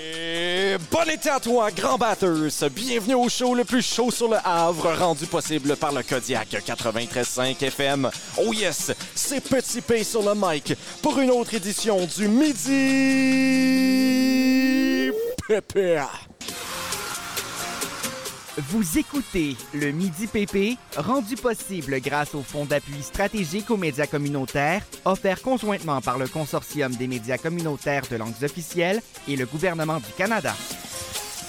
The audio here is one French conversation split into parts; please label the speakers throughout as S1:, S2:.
S1: Et Bon été à toi, grand batteuse! Bienvenue au show le plus chaud sur le Havre, rendu possible par le Kodiak 93.5 FM. Oh yes, c'est Petit P sur le mic pour une autre édition du Midi Pépé.
S2: Vous écoutez le Midi PP, rendu possible grâce au Fonds d'appui stratégique aux médias communautaires, offert conjointement par le Consortium des médias communautaires de langues officielles et le gouvernement du Canada.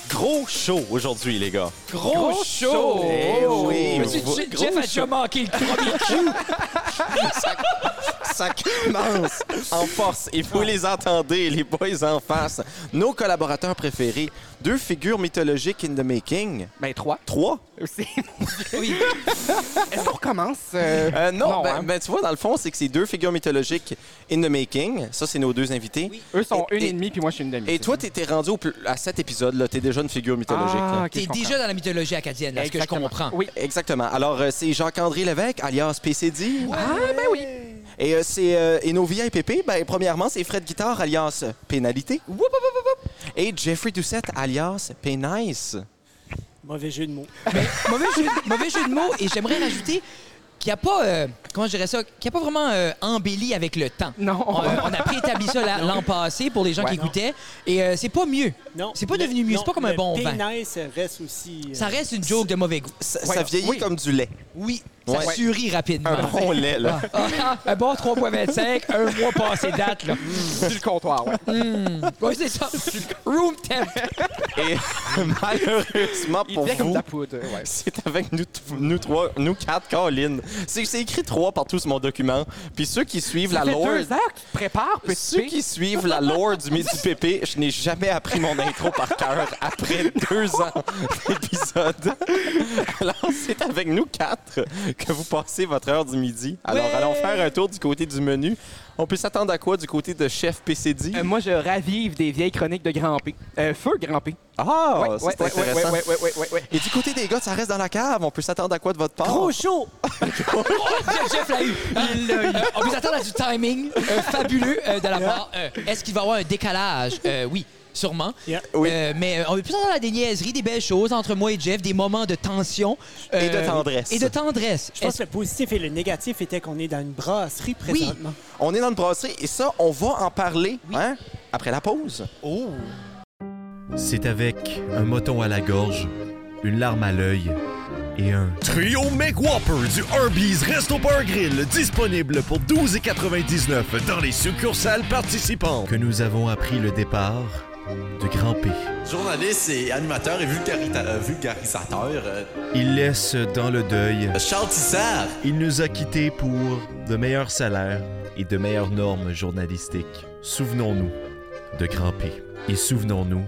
S1: Gros show aujourd'hui, les gars.
S3: Gros, show!
S1: Eh oui,
S3: Monsieur,
S1: vous-
S3: Jeff-
S1: gros
S3: Jeff a déjà manqué le premier coup.
S1: ça commence en force. Il faut les entendre, les boys en face. Nos collaborateurs préférés, deux figures mythologiques in the making.
S2: Ben, trois.
S1: Trois.
S2: C'est-
S3: Oui.
S2: Est-ce qu'on recommence? euh?
S1: Euh, non,
S2: Non,
S1: ben,
S2: hein.
S1: ben, tu vois, dans le fond, c'est que c'est deux figures mythologiques in the making. Ça, c'est nos deux invités.
S2: Eux sont
S1: Et-
S2: une
S1: et-
S2: et demie, puis moi, je suis une demi.
S1: Et toi, t'étais rendu au plus- à cet épisode, là. T'es déjà une figure mythologique. là.
S2: ah, ok,
S3: T'es
S2: je comprends.
S3: déjà dans la mythologie acadienne, là, ce que je
S2: Exactement.
S3: comprends.
S2: Oui.
S1: Exactement. Alors, euh, c'est Jacques-André Lévesque, alias PCD. Ah, ben oui. Et, euh, c'est, euh, et nos VIPP, ben, premièrement, c'est Fred Guitard, alias Pénalité. Et Jeffrey Doucette, alias Pénice.
S4: Mauvais jeu de mots.
S3: mauvais, jeu, mauvais jeu de mots, et j'aimerais rajouter qu'il n'y a pas, euh, comment je dirais ça, qu'il n'y a pas vraiment euh, embelli avec le temps.
S2: Non.
S3: On, euh, on a préétabli ça la- l'an passé pour les gens qui
S4: Ouais.
S3: écoutaient, et euh, c'est pas mieux.
S4: Non.
S3: C'est pas
S4: le-
S3: devenu mieux,
S4: non,
S3: c'est pas comme un
S4: le
S3: bon vin.
S4: pénis reste aussi. euh,
S3: Ça reste une joke de mauvais goût.
S1: Ça,
S2: Ouais.
S1: ça vieillit
S2: Oui. Ah.
S1: comme du lait.
S3: Oui, ça
S1: Ouais.
S3: surit rapidement.
S1: Un bon lait, là.
S3: Ah, un bon 3,25, un mois passé date, là.
S2: Sur le comptoir, ouais.
S3: Oui, c'est ça. Room temp.
S1: Et malheureusement
S2: Il
S1: pour
S2: devient comme
S1: vous,
S2: de la poudre, ouais.
S1: c'est avec nous, t- nous trois, nous quatre, Colin. C'est c'est écrit trois partout sur mon document. Puis ceux qui suivent
S2: Ça
S1: la
S2: fait
S1: lore...
S2: deux heures que tu te prépares, petit
S1: Ceux
S2: P.
S1: qui suivent la lore du Midi Pépé, je n'ai jamais appris mon intro par cœur après deux ans d'épisode. Alors, c'est avec nous quatre que vous passez votre heure du midi. Alors,
S3: Ouais.
S1: allons faire un tour du côté du menu. On peut s'attendre à quoi du côté de chef PCD?
S2: Euh, moi, je ravive des vieilles chroniques de Grand P. Euh, feu Grand P.
S1: ah,
S2: Ouais, ouais,
S1: c'est
S2: ouais,
S1: intéressant.
S2: ouais, ouais, ouais, ouais, ouais.
S1: Et du côté des gars, ça reste dans la cave. On peut s'attendre à quoi de votre part?
S4: Gros chaud!
S3: Jeff, Jeff l'a eu. Euh, on peut s'attendre à du timing euh, fabuleux euh, de la part. euh, Est-ce qu'il va y avoir un décalage? Euh, oui. Sûrement.
S4: Yeah.
S1: Oui.
S3: Euh, mais euh, on peut plus s'attendre à des niaiseries, des belles choses entre moi et Jeff, des moments de tension. euh,
S1: Et de tendresse.
S3: Et de tendresse.
S4: Je pense que le positif et le négatif était qu'on est dans une brasserie
S3: Oui.
S4: présentement.
S1: On est dans une brasserie et ça, on va en parler hein, après la pause.
S3: Oh!
S5: C'est avec un moton à la gorge, une larme à l'œil et un Trio McWhopper du Arby's Resto Bar Grill disponible pour 12,99 dans les succursales participantes que nous avons appris le départ de Grand P.
S6: Journaliste et animateur et vulgarita- euh, vulgarisateur, euh,
S5: Il laisse dans le deuil,
S6: Charles Tissard.
S5: il nous a quittés pour de meilleurs salaires et de meilleures normes journalistiques. Souvenons-nous de Grand P et souvenons-nous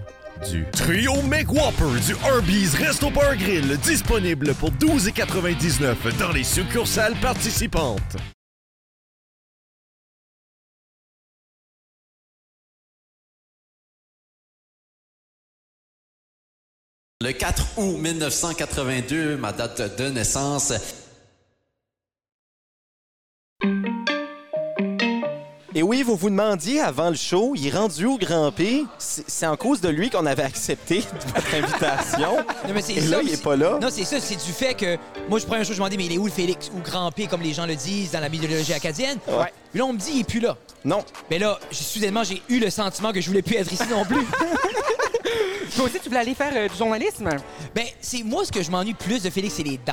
S5: du Trio McWhopper du Arby's Resto Bar Grill disponible pour 12,99 dans les succursales participantes.
S6: Le 4 août 1982, ma date de naissance,
S1: Et oui, vous vous demandiez avant le show, il est rendu au Grand P. C'est c'est en cause de lui qu'on avait accepté votre invitation.
S3: Non, mais c'est
S1: Et
S3: ça,
S1: là, il
S3: c'est-
S1: est pas là.
S3: Non, c'est ça, c'est du fait que moi, je prends un jour, je me demandais, mais il est où le Félix ou Grand P, comme les gens le disent dans la mythologie acadienne?
S1: Ouais.
S3: Puis là, on me dit, il est plus là.
S1: Non.
S3: Mais là, j'ai- soudainement, j'ai eu le sentiment que je voulais plus être ici non plus.
S2: Toi aussi, tu voulais aller faire euh, du journalisme?
S3: ben, c'est moi ce que je m'ennuie plus de Félix, c'est les dents.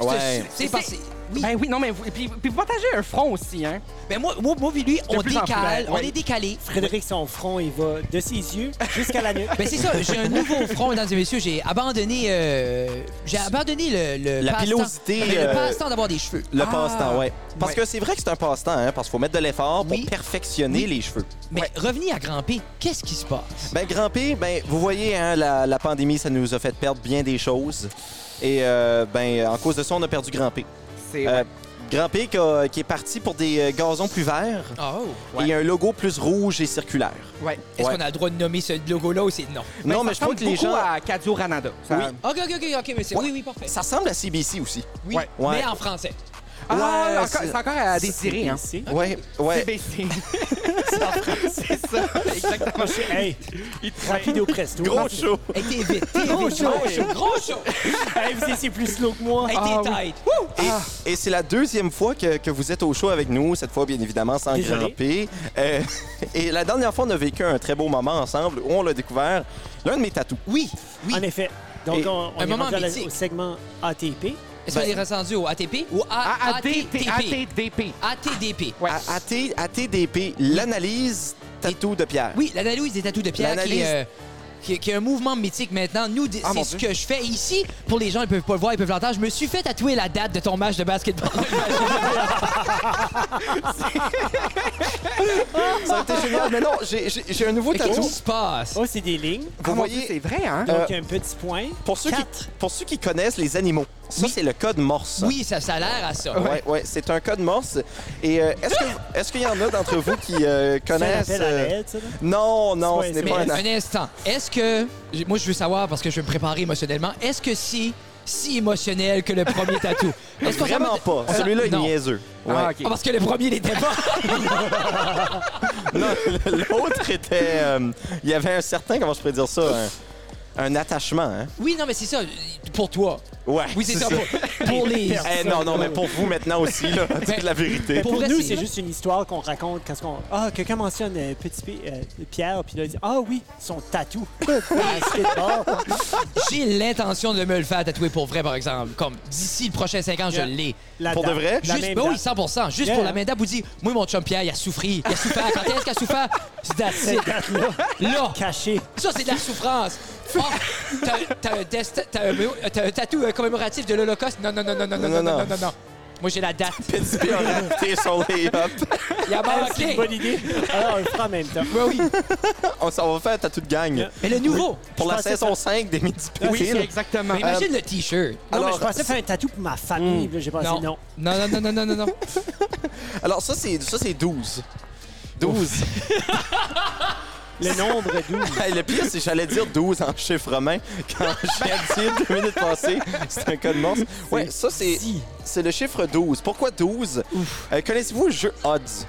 S1: Ouais.
S3: C'est parce que. Oui.
S2: Ben oui, non, mais vous, puis, puis vous partagez un front aussi, hein?
S3: Ben, moi, moi, moi, puis lui, on
S2: plus en plus,
S3: décale,
S2: ben,
S3: on
S2: ouais.
S3: est décalé.
S4: Frédéric, son front, il va de ses yeux jusqu'à la nuque.
S3: Ben, c'est ça, j'ai un nouveau front, mesdames et messieurs. J'ai abandonné. euh, j'ai abandonné le. le
S1: La
S3: passe-temps.
S1: pilosité,
S3: Ben, Le
S1: euh,
S3: passe-temps d'avoir des cheveux.
S1: Le
S2: Ah.
S1: passe-temps, ouais. Parce que c'est vrai que c'est un passe-temps, hein, parce qu'il faut mettre de l'effort pour
S3: Oui.
S1: perfectionner les cheveux.
S3: Mais revenir à Grand P, qu'est-ce qui se passe?
S1: Ben, Grand P, ben, vous voyez, hein, la, la pandémie, ça nous a fait perdre bien des choses. Et, euh, ben, en cause de ça, on a perdu Grand P.
S2: c'est.
S1: Euh, Grand P qui, a- qui est parti pour des euh, gazons plus verts
S3: Oh.
S1: et un logo plus rouge et circulaire.
S2: ouais.
S3: Est-ce
S1: Ouais.
S3: qu'on a le droit de nommer ce logo-là ou c'est non?
S2: Ben,
S1: non, mais je
S2: ça ressemble
S1: crois que les gens.
S2: beaucoup à Cadio Ranada. Ça-
S1: Oui.
S3: OK, OK, OK, OK, mais c'est...
S1: Ouais.
S3: Oui, oui, parfait.
S1: Ça ressemble à CBC aussi.
S3: Oui,
S2: Ouais.
S1: Ouais.
S3: mais en français.
S2: Ah,
S1: Ouais,
S2: encore-
S1: c'est-
S2: c'est encore à désirer, hein.
S4: C'est-
S1: Ouais, ouais.
S2: CBC. c'est ça, exactement.
S4: Hey, rapido presto.
S1: Gros show.
S3: Hey, t'es vite, t'es
S4: Gros
S3: vite.
S4: show.
S3: Gros show. Gros show.
S4: Hey, vous étiez plus slow que moi.
S3: Hey,
S2: Ah,
S3: t'es
S2: oui.
S3: tight. Wouh!
S1: Et, et c'est la deuxième fois que, que vous êtes au show avec nous, cette fois bien évidemment sans
S4: Désolé.
S1: grimper. Euh, et la dernière fois, on a vécu un très beau moment ensemble où on l'a découvert, l'un de mes tatous. Oui.
S4: En effet. Donc,
S1: Et-
S4: on, on
S3: Un
S4: est
S3: moment
S4: rendu à la-
S3: mythique.
S4: au segment ATP.
S3: Est-ce qu'on
S1: Ben-
S3: est rendu au ATP ou A- ATTP?
S2: ATDP.
S3: ATDP.
S2: Ouais.
S1: Ah,
S2: Ah,
S1: ATDP, l'analyse tatou de Pierre.
S3: Oui, l'analyse des tatous de pierre qui,
S1: L'analyse-
S3: est, euh, qui, qui est un mouvement mythique maintenant. Nous, d-
S1: Ah, mon
S3: c'est ce
S1: Dieu.
S3: que je fais ici. Pour les gens, ils peuvent pas le voir, ils peuvent l'entendre. Je me suis fait tatouer la date de ton match de basketball.
S1: Ah, Ça a été génial. Mais non, j'ai- j'ai j'ai un nouveau
S3: Qu'est-ce
S1: tatou.
S3: qui se passe?
S4: Oh, c'est des lignes.
S1: Vous voyez,
S2: c'est vrai, hein?
S4: Donc, un petit point.
S1: Pour ceux, qui, pour ceux qui connaissent les animaux, ça, c'est le code morse.
S3: Oui, ça, ça a l'air à ça.
S1: Ouais, ouais, c'est un code morse. Et euh, est-ce que- est-ce qu'il y en a d'entre vous qui euh,
S4: C'est un
S1: connaissent...
S4: appel à
S1: euh,
S4: l'aide, ça. là.
S1: Non, non,
S4: C'est
S1: ce n'est
S3: Mais
S1: pas un...
S3: un instant, est-ce que. j'ai- Moi, je veux savoir, parce que je veux me préparer émotionnellement, est-ce que c'est si émotionnel que le premier tatou? Est-ce qu'on
S1: Vraiment
S3: s'en-
S1: pas.
S3: on s'en-
S1: Celui-là est
S3: non.
S1: niaiseux. Ouais.
S2: Ah, ok.
S3: Ah, parce que le premier, il était pas.
S1: Non, l'autre était... euh, Il y avait un certain, comment je pourrais dire ça, un, un attachement. Hein?
S3: Oui, non, mais c'est ça. Pour toi.
S1: Ouais,
S3: Oui, c'est ça. Pour, pour les.
S1: Eh, non, non, mais pour vous maintenant aussi, là, dites la vérité.
S4: Mais pour,
S3: Pour vrai,
S4: nous,
S3: c'est-
S4: c'est juste une histoire qu'on raconte quand on... Ah, quelqu'un mentionne euh, Petit P- euh, Pierre, puis là, il dit « Ah oui, son tatou. » Basketball.
S3: J'ai l'intention de me le faire tatouer pour vrai, par exemple. Comme d'ici le prochain 5 ans, je
S4: Yeah.
S3: l'ai.
S4: La
S1: Pour de
S4: date.
S1: vrai?
S4: La
S3: Juste,
S4: même
S3: ben oui,
S4: date.
S3: 100 Juste
S4: Yeah.
S3: pour la main d'Abu dit, moi, mon chum Pierre, il a souffri. Il a souffert. Quand est-ce qu'il a souffert? C'est d'acide. Là,
S4: Caché.
S3: ça, c'est de la souffrance. Oh, t'as- t'as un, dest- t'as un- t'as un tatou euh, commémoratif de l'Holocauste? Non, non, non, non, non, non, non, non, non, non. Moi, j'ai la date.
S1: Petit P a raté son lay-up.
S3: Il a
S4: Ah, C'est
S3: manqué.
S4: une bonne idée. Alors, on le fera en même temps.
S3: Ouais, oui.
S1: On s'en va faire un tatou de gang.
S3: Mais le nouveau.
S1: Pour
S4: Je
S1: la
S4: pensais
S1: saison 5 des Midi
S2: Oui,
S1: Pépé, là.
S2: exactement.
S4: Euh,
S3: Mais imagine le T-shirt.
S4: Non, mais
S1: Alors,
S4: je pensais faire un tatou pour ma famille. puis là, J'ai pensé ah, non.
S3: Non, non, non, non, non, non. non.
S1: Alors ça c'est ça c'est 12. 12.
S4: Le nombre 12.
S1: Hey, le pire c'est que j'allais dire 12 en chiffre romain quand j'ai dit deux minutes passées, c'est un code morse. Ouais, ça c'est c'est le chiffre 12. Pourquoi 12 Euh, connaissez-vous le jeu Odds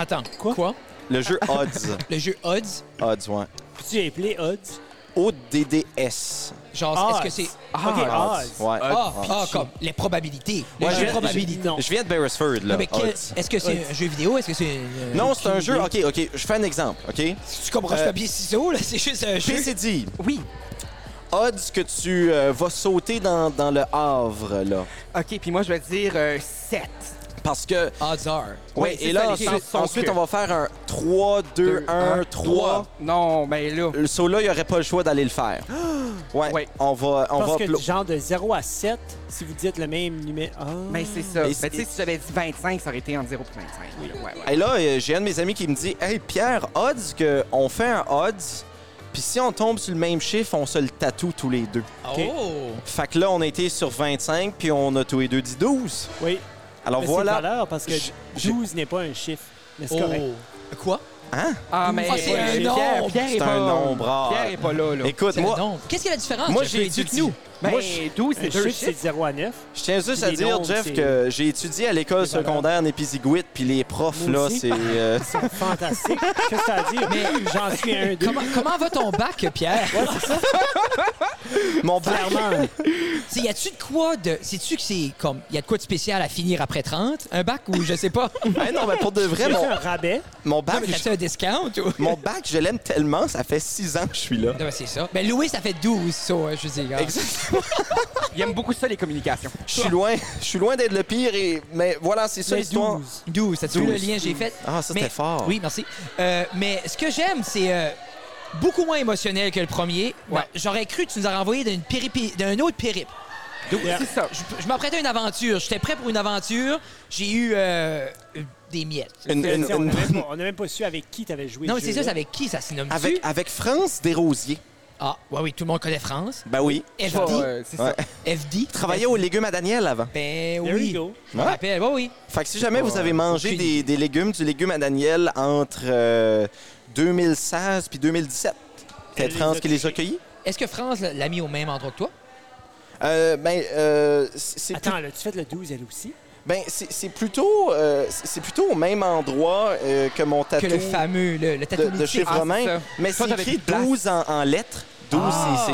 S3: Attends.
S4: Quoi?
S1: Le jeu Odds.
S3: Le jeu Odds,
S1: Odds ouais.
S4: Peux-tu appeler Odds?
S1: O D D S.
S3: genre, est-ce que c'est.
S4: Ah, OK, Odds.
S1: Ouais.
S3: Ah, ah, comme les probabilités. Le
S1: Ouais,
S3: jeu
S1: je-
S3: de probabilité.
S4: Non.
S1: Je viens de Beresford là.
S3: Non, mais quel-
S1: Odds.
S3: est-ce que c'est un jeu vidéo? Est-ce que c'est. euh,
S1: Non, c'est un jeu. OK, OK, je fais un exemple, OK
S3: Tu comprends
S1: Euh,
S3: ce papier ciseau, là? C'est juste un jeu.
S1: PCD.
S2: Oui.
S1: Odds que tu euh, vas sauter dans, dans le Havre là.
S2: OK, puis moi, je vais dire euh, 7.
S1: Parce que
S3: Odds are.
S1: Oui,
S2: Oui, c'est ça,
S1: et là,
S2: les
S1: ensuite,
S2: chances sont
S1: ensuite,
S2: que-
S1: on va faire un 3, 2, 1, 3.
S2: Non, mais là...
S1: Le saut là, il n'y aurait pas le choix d'aller le faire. Ouais,
S2: Ouais.
S1: on va. On
S4: Parce
S1: va
S4: que
S1: plo-
S4: du genre de 0 à 7, si vous dites le même numéro... Ah.
S2: Mais Ben, c'est ça.
S1: Et
S2: Mais
S1: c'est-
S2: tu sais, si j'avais dit 25, ça aurait été en 0,25. Oui, ouais, ouais.
S1: Et là, euh, j'ai un de mes amis qui me dit Hey Pierre, odds qu'on fait un odds, puis si on tombe sur le même chiffre, on se le tatoue tous les deux.
S3: Oh!
S1: Fait que là, on était sur 25, puis on a tous les deux dit 12.
S4: Oui.
S1: Alors
S4: Mais C'est une
S1: voilà.
S4: valeur parce que
S1: Je- je-
S4: 12 n'est pas un chiffre. Mais c'est
S3: Oh.
S4: correct.
S3: Quoi?
S2: Ah, mais...
S3: Ah, c'est
S2: ouais,
S3: un
S2: Pierre-
S3: nombre.
S2: Pierre est
S1: C'est
S2: pas-
S1: un nombre rare.
S2: Pierre est pas là, là.
S1: Écoute,
S3: C'est
S1: moi,
S3: le nombre. Qu'est-ce qu'il y a la différence?
S1: moi
S3: Je
S1: j'ai
S3: peux étudier.
S1: étudié.
S2: Ben,
S1: moi, je-
S2: 12, c'est
S4: Un
S2: deux
S4: chiffre, c'est
S2: chiffres.
S4: 0 à 9.
S1: Je tiens juste à
S4: Les
S1: dire,
S4: nombres,
S1: Jeff,
S4: c'est-
S1: que j'ai étudié à l'école
S4: C'est valable.
S1: secondaire Népisiguit, puis les profs,
S4: Moi
S1: là,
S4: aussi.
S1: c'est. euh,
S4: C'est fantastique. Qu'est-ce que ça à dire? J'en suis un deux.
S3: Comment, comment va ton bac, Pierre?
S1: Mon père.
S4: Clairement.
S3: C'est- y a-tu de quoi de. Sais-tu que c'est comme. Y a de quoi de spécial à finir après 30? Un bac ou je sais pas?
S1: Ah non, mais pour de vrai,
S4: J'ai
S1: mon,
S4: fait un rabais.
S1: mon
S3: Ah,
S1: bac,
S3: mais
S1: je-
S3: t'as-tu un discount ou.
S1: Mon bac, je l'aime tellement, ça fait six ans que je suis là.
S3: Non, mais c'est ça. Ben, Louis, ça fait 12, ça, hein, je sais. gars.
S1: Exact.
S2: Il aime beaucoup ça, les communications.
S1: Je suis loin, je suis loin d'être le pire et mais voilà, c'est ça
S4: Mais
S1: l'histoire.
S4: 12.
S3: 12, t'as-tu vu le
S1: 12.
S3: lien que j'ai fait?
S1: Ah, ça, c'était
S3: Mais-
S1: fort.
S3: Oui, merci. Euh, mais ce que j'aime, c'est euh, beaucoup moins émotionnel que le premier.
S2: Ouais.
S3: J'aurais cru que tu nous aurais envoyé d'une péripi- d'un autre périple.
S2: C'est ça.
S3: Je, je m'apprêtais à une aventure. J'étais prêt pour une aventure. J'ai eu euh, euh, des miettes.
S1: Une- une-
S4: Tu sais, on
S1: une-
S4: n'a même, pas- on a même pas su avec qui tu avais joué.
S3: Non,
S4: le
S3: mais c'est
S4: jeu,
S3: ça, c'est
S4: là.
S3: avec qui ça se nomme
S1: avec avec France Desrosiers.
S3: Ah, ouais, oui, tout le monde connaît France.
S1: Ben oui.
S3: FD.
S7: Ouais, c'est ça.
S1: Ouais.
S3: FD.
S1: Travaillait aux légumes à Daniel avant.
S3: Ben
S4: There
S3: oui.
S4: you go.
S3: Je me rappelle. Ouais, oui.
S1: Fait que si jamais
S4: Oh,
S1: vous avez mangé
S3: Aucune
S1: des, des légumes, du légume à Daniel entre euh, 2016 puis 2017,
S4: Elle
S1: c'est
S4: les
S1: France
S4: a
S1: qui les a
S4: touchés.
S1: cueillis?
S3: Est-ce que France l'a l'a mis au même endroit que toi?
S1: Euh, ben, euh, c'est c'est
S4: Attends, là, tu fais le 12, elle aussi?
S1: Ben, c'est c'est plutôt, euh, c'est c'est plutôt au même endroit euh, que mon tatou
S3: Que le fameux, le, le tatou
S1: de, de
S3: mythique.
S1: chiffre romain.
S7: ça.
S1: Mais
S7: Toi,
S1: c'est
S7: t'avais
S1: écrit
S7: plus de place.
S1: 12 en, en lettres. 12,
S3: Ah!
S1: c'est-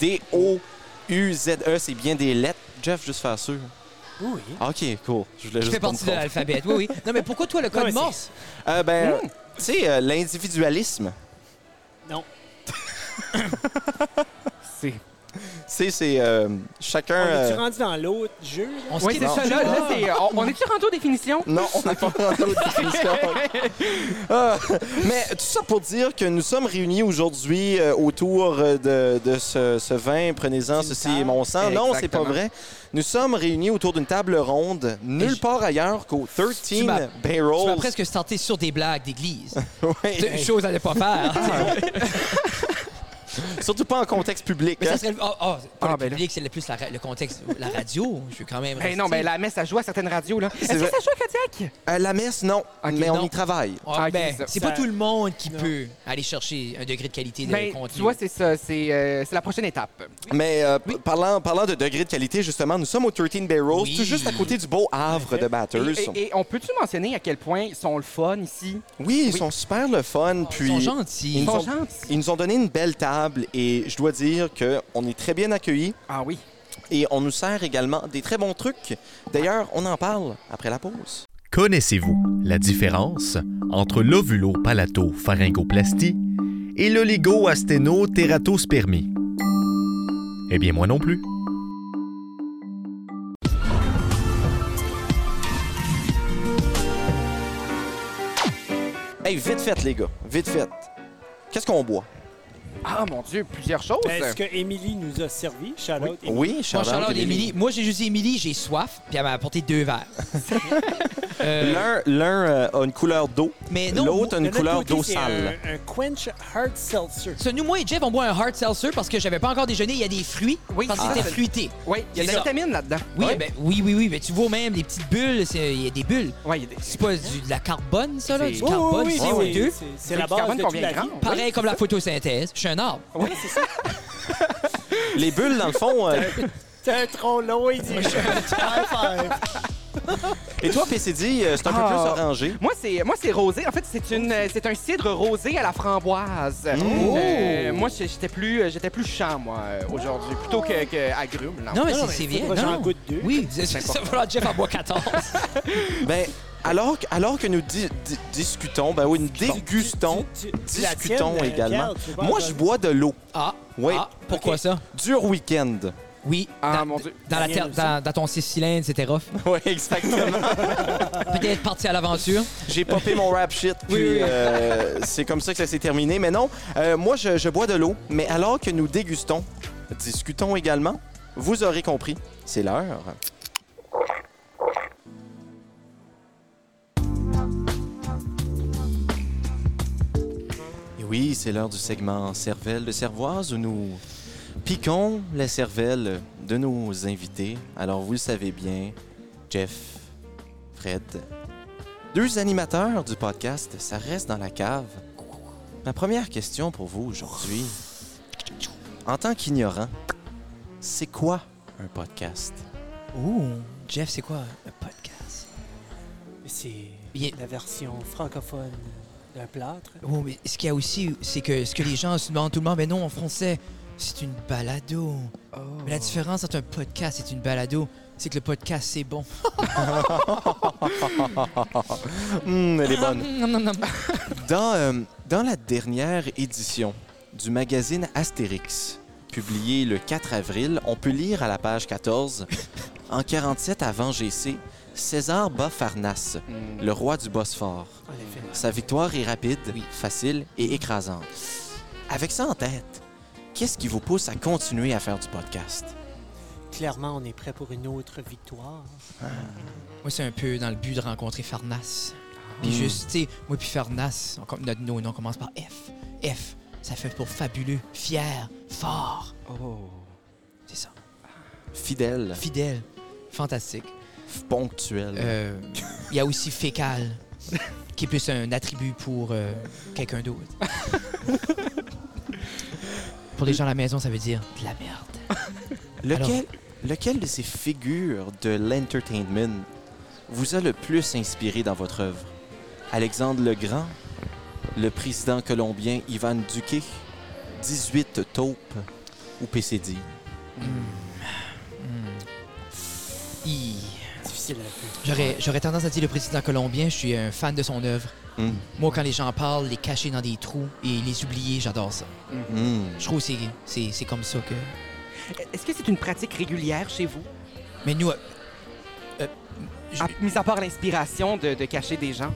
S1: c'est D-O-U-Z-E, E, c'est bien des lettres. Jeff, juste faire sûr. Ah,
S4: Oui.
S1: OK, cool. Je voulais
S3: Je
S1: juste
S3: fais
S1: pas me
S3: partie de
S1: tromper.
S3: l'alphabet. Oui, oui. Non, mais pourquoi toi, le
S4: mais
S3: code
S4: c'est-
S3: Morse?
S1: Euh, ben, tu sais, euh, l'individualisme,
S4: Non.
S7: C'est.
S1: tu sais, c'est euh, chacun...
S4: On est-tu
S1: euh,
S4: rendu dans l'autre jeu? là?
S3: On se
S7: Oui,
S3: quitte
S7: c'est ça.
S3: dessus.
S7: Là, là, c'est- on, on est-tu rendu aux définitions?
S1: Non, on n'a pas rendu aux définitions. Ah, mais tout ça pour dire que nous sommes réunis aujourd'hui euh, autour euh, de, de ce, ce vin. Prenez-en,
S7: D'une
S1: ceci
S7: table.
S1: est mon sang. Non, c'est pas
S7: Exactement.
S1: vrai. Nous sommes réunis autour d'une table ronde,
S3: Et
S1: nulle
S3: je-
S1: part ailleurs qu'au 13
S3: Tu m'as- Tu m'as
S1: Barrels.
S3: presque starté sur des blagues d'église.
S1: Ouais.
S3: C'est une chose à ne pas
S7: Ah,
S3: faire.
S1: Surtout pas en contexte public.
S3: mais
S1: hein.
S3: ça serait. Oh, oh, pas
S7: Ah,
S3: le
S7: ben là.
S3: public, c'est le plus la ra- le contexte, la radio. Je suis quand même.
S7: Ben non,
S3: resté.
S7: ben la messe, ça joue à certaines radios, là. Est-ce
S1: vrai.
S7: que ça joue à Kodiak?
S1: Euh, la messe, non.
S7: Ok,
S1: mais on
S3: non.
S1: y travaille.
S3: Ah,
S7: Ah, ok,
S3: ben,
S7: c'est ça.
S3: c'est pas
S4: Ça-
S3: tout le monde qui
S4: Non.
S3: peut aller chercher un degré de qualité de
S7: Ben,
S3: contenu.
S7: tu vois, c'est ça. C'est euh, c'est la prochaine étape.
S1: Mais euh, p- parlant, parlant de degré de qualité, justement, nous sommes au 13 Barrels,
S3: Oui.
S1: tout juste à côté du beau havre de
S7: Et,
S1: Batters.
S7: et- et on peut-tu mentionner à quel point ils sont le fun ici?
S1: Oui, ils sont super le fun. Puis
S3: Ils sont gentils.
S1: Ils
S7: Ils
S1: nous
S7: sont
S1: ont-
S7: gentils.
S1: Ils nous ont donné une belle table et je dois dire qu'on est très bien accueillis
S7: Ah oui.
S1: et on nous sert également des très bons trucs. D'ailleurs, on en parle après la pause.
S5: Connaissez-vous la différence entre l'ovulo-palato-pharyngoplastie et l'oligo-asténo-tératospermie? Eh bien, moi non plus.
S1: Hey, vite fait, les gars, vite fait. Qu'est-ce qu'on boit?
S7: Ah mon Dieu, plusieurs choses.
S4: Est-ce que Émilie nous a servi? Charlotte,
S1: Oui,
S3: Bon,
S1: Charlotte,
S3: Charlotte,
S1: Émilie.
S3: Émilie. Moi, j'ai juste dit Émilie, j'ai soif, puis elle m'a apporté deux verres. Euh,
S1: L'un l'un, euh, a une couleur d'eau,
S3: mais non,
S1: l'autre a une
S4: De notre
S1: couleur
S4: côté,
S1: d'eau
S4: c'est
S1: sale.
S4: Un, un Quench Hard Seltzer.
S3: Ça, nous, moi et Jeff, on boit un hard seltzer parce que j'avais pas encore déjeuné. Il y a des fruits.
S7: Oui, ah,
S3: parce que
S7: c'est
S3: c'était
S7: ça.
S3: fruité.
S7: Oui, il y a de
S3: C'est
S7: la
S3: ça.
S7: vitamine là-dedans.
S3: Oui,
S7: Ouais.
S3: ben, oui, oui, oui. Ben, tu vois même des petites bulles. c'est- Il y a des bulles.
S7: Ouais, il y a des-
S3: C'est pas du, de la carbone, ça, là? Du
S7: C'est-
S4: Oui, oui,
S3: carbone,
S4: oui,
S3: du
S4: c'est-
S3: CO2.
S4: c'est-
S7: C'est
S4: C'est
S7: du
S4: la base
S7: carbone
S4: de
S7: qu'on
S4: toute la
S7: vient
S4: vie.
S7: grand.
S3: Pareil comme la photosynthèse. Je suis un arbre.
S7: Oui, c'est ça.
S1: Les bulles, dans le fond. euh,
S4: C'est un tronc long, il dit.
S1: et toi, PCD, euh, c'est un peu
S7: Ah.
S1: plus orangé.
S7: Moi, c'est moi c'est rosé. En fait, c'est une euh, c'est un cidre rosé à la framboise. Euh, moi, j'ai- j'étais plus euh, j'étais plus champ moi euh, aujourd'hui plutôt que, que agrume.
S3: Non, mais c'est-
S4: Non, mais
S3: c'est
S4: faut
S3: bien.
S4: que j'en
S3: Non.
S4: goûte deux.
S3: Oui, c'est- c'est- ça va Jeff en boit 14.
S4: Ah.
S1: Ben, alors, que- alors que nous di- di- discutons, ben oui, nous dégustons,
S4: Tu- tu- tu la
S1: discutons
S4: tiennes, euh,
S1: également.
S4: Pierre, tu vois,
S1: Moi,
S4: vas-y.
S1: je bois de l'eau.
S3: Ah,
S1: Oui.
S3: ah, pourquoi ça?
S1: Dur week-end.
S3: Oui,
S7: Ah,
S3: dans,
S7: mon Dieu.
S3: dans la terre,
S4: Daniel aussi.
S3: dans, dans ton six cylindres, c'était rough.
S1: Oui, exactement.
S3: Peut-être parti à l'aventure.
S1: J'ai popé mon rap shit, puis
S3: Oui, oui.
S1: euh, c'est comme ça que ça s'est terminé. Mais non, euh, moi, je, je bois de l'eau, mais alors que nous dégustons, discutons également, vous aurez compris, c'est l'heure. Et oui, c'est l'heure du segment Cervelle de Cervoise où nous piquons la cervelle de nos invités. Alors, vous le savez bien, Jeff, Fred, deux animateurs du podcast, ça reste dans la cave. Ma première question pour vous aujourd'hui, en tant qu'ignorant, c'est quoi un podcast?
S3: Ouh, Jeff, c'est quoi un podcast?
S4: C'est
S3: Bien.
S4: la version francophone d'un plâtre.
S3: Oh, mais ce qu'il y a aussi, c'est que ce que les gens se demandent tout le monde, mais non, en français, c'est une balado. Mais la différence entre un podcast et une balado, c'est que le podcast, c'est bon.
S1: Hum, elle est bonne.
S3: Non, non, non.
S1: Dans, euh, dans la dernière édition du magazine Astérix, publiée le 4 avril, on peut lire à la page 14, en 47 avant GC, César bat Farnace, le roi du Bosphore.
S4: En effet.
S1: Sa victoire est rapide, facile et écrasante. Avec ça en tête, qu'est-ce qui vous pousse à continuer à faire du podcast?
S4: Clairement, on est prêt pour une autre victoire.
S3: Moi, c'est un peu dans le but de rencontrer Farnas. Puis juste, tu sais, moi puis Farnas, on com- notre- nos noms commencent par F. F, ça fait pour fabuleux, fier, fort.
S7: Oh.
S3: C'est ça.
S1: Fidèle,
S3: Fidèle, fantastique.
S1: f- ponctuel.
S3: Euh, Il y a aussi fécal, qui est plus un attribut pour euh, quelqu'un d'autre. pour les gens à la maison, ça veut dire de la merde.
S1: lequel, lequel de ces figures de l'entertainment vous a le plus inspiré dans votre œuvre? Alexandre le Grand, le président colombien Ivan Duque, 18 taupes ou PCD?
S3: Hi.
S4: Difficile à
S3: J'aurais j'aurais tendance à dire le président colombien, je suis un fan de son œuvre.
S1: Hmm.
S3: Moi, quand les gens parlent, les cacher dans des trous et les oublier, j'adore ça.
S1: Hmm.
S3: Je trouve que c'est- c'est c'est comme ça que.
S7: Est-ce que c'est une pratique régulière chez vous?
S3: Mais nous, euh, euh, je-
S7: À- mis à part l'inspiration de, de cacher des gens.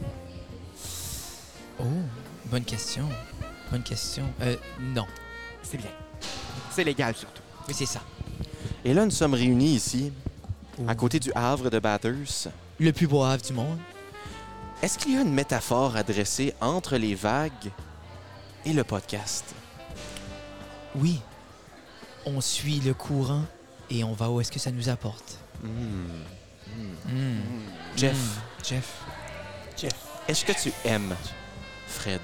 S3: Oh, bonne question. Bonne question. Euh, non.
S7: C'est bien. C'est légal, surtout.
S3: Mais c'est ça.
S1: Et là, nous sommes réunis ici, à
S3: Oh.
S1: côté du Havre de Bathurst.
S3: Le plus beau havre du monde.
S1: Est-ce qu'il y a une métaphore à dresser entre les vagues et le podcast?
S3: Oui. On suit le courant et on va où est-ce que ça nous apporte. Hmm.
S1: Jeff,
S3: Hmm. Jeff.
S1: est-ce que tu aimes Fred?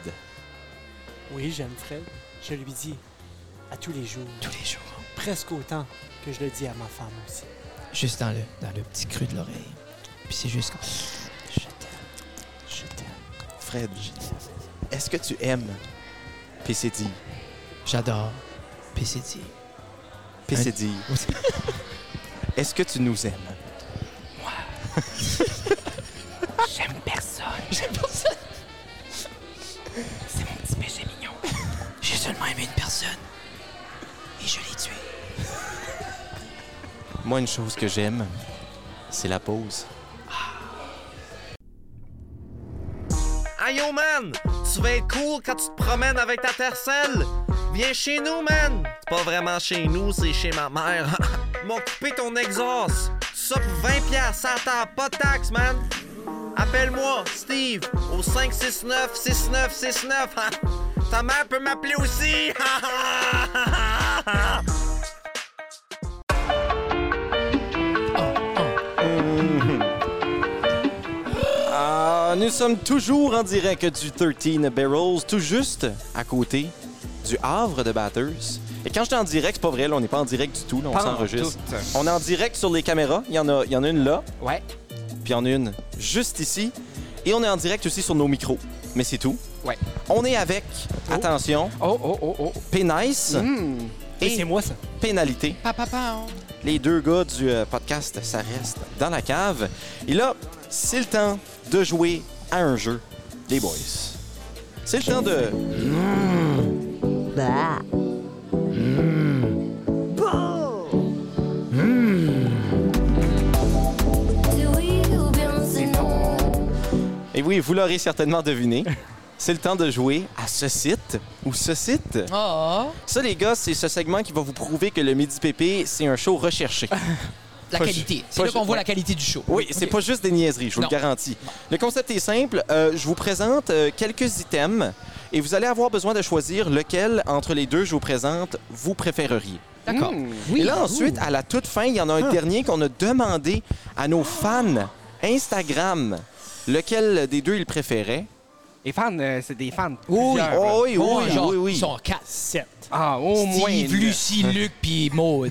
S4: Oui, j'aime Fred. Je lui dis à tous les jours,
S3: Tous les jours.
S4: presque autant que je le dis à ma femme aussi.
S3: Juste dans le, dans le petit creux de l'oreille. Puis c'est juste comme. Je t'aime. Je t'aime.
S1: Fred, est-ce que tu aimes PCD?
S3: J'adore. PCD.
S1: PCD, est-ce que tu nous aimes?
S7: J'aime personne.
S3: J'aime pas ça.
S7: C'est mon petit péché mignon.
S3: J'ai seulement aimé une personne. Et je l'ai tuée.
S1: Moi, une chose que j'aime, c'est la pause.
S8: Aïe, yo, man! Tu vas être cool quand tu te promènes avec ta tercelle! Viens chez nous, man! C'est pas vraiment chez nous, c'est chez ma mère. Ils M'ont coupé ton exhaust! Ça pour 20 pièces, ça t'a pas de taxe, man! Appelle-moi, Steve, au 569-6969! Ha! Ta mère peut m'appeler aussi! Ha, ha, ha, ha, ha.
S1: Ah, nous sommes toujours en direct du 13 Barrels, tout juste à côté du Havre de Bathurst. Et quand je dis en direct, c'est pas vrai, là, on n'est pas en direct du tout, là, on
S7: Pas en
S1: s'enregistre. On est en direct sur les caméras, il y, en a, il y en a une là,
S7: Ouais.
S1: puis il y en a une juste ici. Et on est en direct aussi sur nos micros, mais c'est tout.
S7: Ouais.
S1: On est avec, attention,
S7: Oh, oh, oh, oh.
S1: Pénice et
S4: Hmm. moi, ça.
S1: Pénalité.
S3: Papa, papa.
S1: Les deux gars du euh, podcast, ça reste dans la cave. Et là, c'est le temps de jouer à un jeu, les boys. C'est le temps de.
S9: C'est oui ou bien c'est non.
S1: Et oui, vous l'aurez certainement deviné. C'est le temps de jouer à ce site ou ce site.
S3: Oh.
S1: Ça, les gars, c'est ce segment qui va vous prouver que le Midi Pépé, c'est un show recherché.
S3: La
S1: Pas
S3: qualité.
S1: ju-
S3: C'est
S1: pas
S3: là qu'on
S1: ju-
S3: voit
S1: ouais.
S3: la qualité du show.
S1: Oui, c'est
S3: Ok.
S1: pas juste des niaiseries, je vous
S3: Non.
S1: le garantis. Le concept est simple. euh, je vous présente euh, quelques items et vous allez avoir besoin de choisir lequel entre les deux je vous présente vous préféreriez.
S3: D'accord.
S7: Hmm.
S3: Oui.
S1: Et là, ensuite, à la toute fin, il y en a un dernier qu'on a demandé à nos fans Instagram lequel des deux ils préféraient.
S7: Les fans, euh, c'est des fans.
S3: Oui,
S7: plusieurs, là.
S1: Oh, oui,
S3: Oh,
S1: oui,
S3: genre,
S1: oui, oui.
S3: Ils sont quatre.
S4: Sept.
S7: Ah, au moins.
S3: Steve,
S7: une.
S3: Lucie, Luc, puis Maude.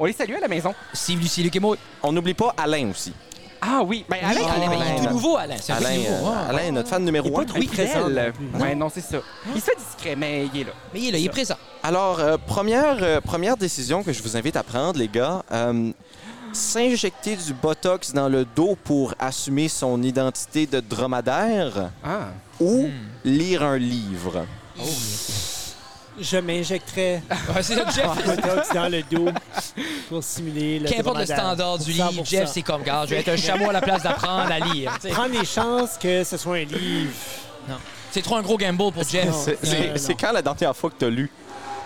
S7: On les salue à la maison.
S3: Steve, Lucie, Luc et Maude.
S1: On n'oublie pas Alain aussi.
S7: Ah oui. Ben, Alain,
S3: Ah,
S7: Alain,
S3: ben, il est tout nouveau, Alain. C'est un
S1: Alain,
S3: nouveau.
S1: euh,
S3: Ah.
S1: Alain est notre fan numéro un.
S7: oui,
S4: présent
S7: elle.
S4: non plus.
S7: Ouais, non, c'est ça. Il se fait discret, mais il est là.
S3: Mais il est là, il est présent.
S1: Alors, euh, première, euh, première décision que je vous invite à prendre, les gars. euh, S'injecter du Botox dans le dos pour assumer son identité de dromadaire
S7: Ah.
S1: ou lire un livre.
S4: Je m'injecterais
S3: Ouais, c'est ça, Jeff.
S4: un botox dans le dos pour simuler le
S3: Qu'importe le
S4: dromadaire.
S3: standard du livre,
S4: 100%.
S3: Jeff, c'est comme, gars, je vais être un chameau à la place d'apprendre à lire. tu sais.
S4: Prendre les chances que ce soit un livre
S3: C'est trop un gros gamble pour Jeff.
S4: Non.
S1: C'est-
S4: Euh,
S1: C'est c'est quand la dernière fois que tu as lu?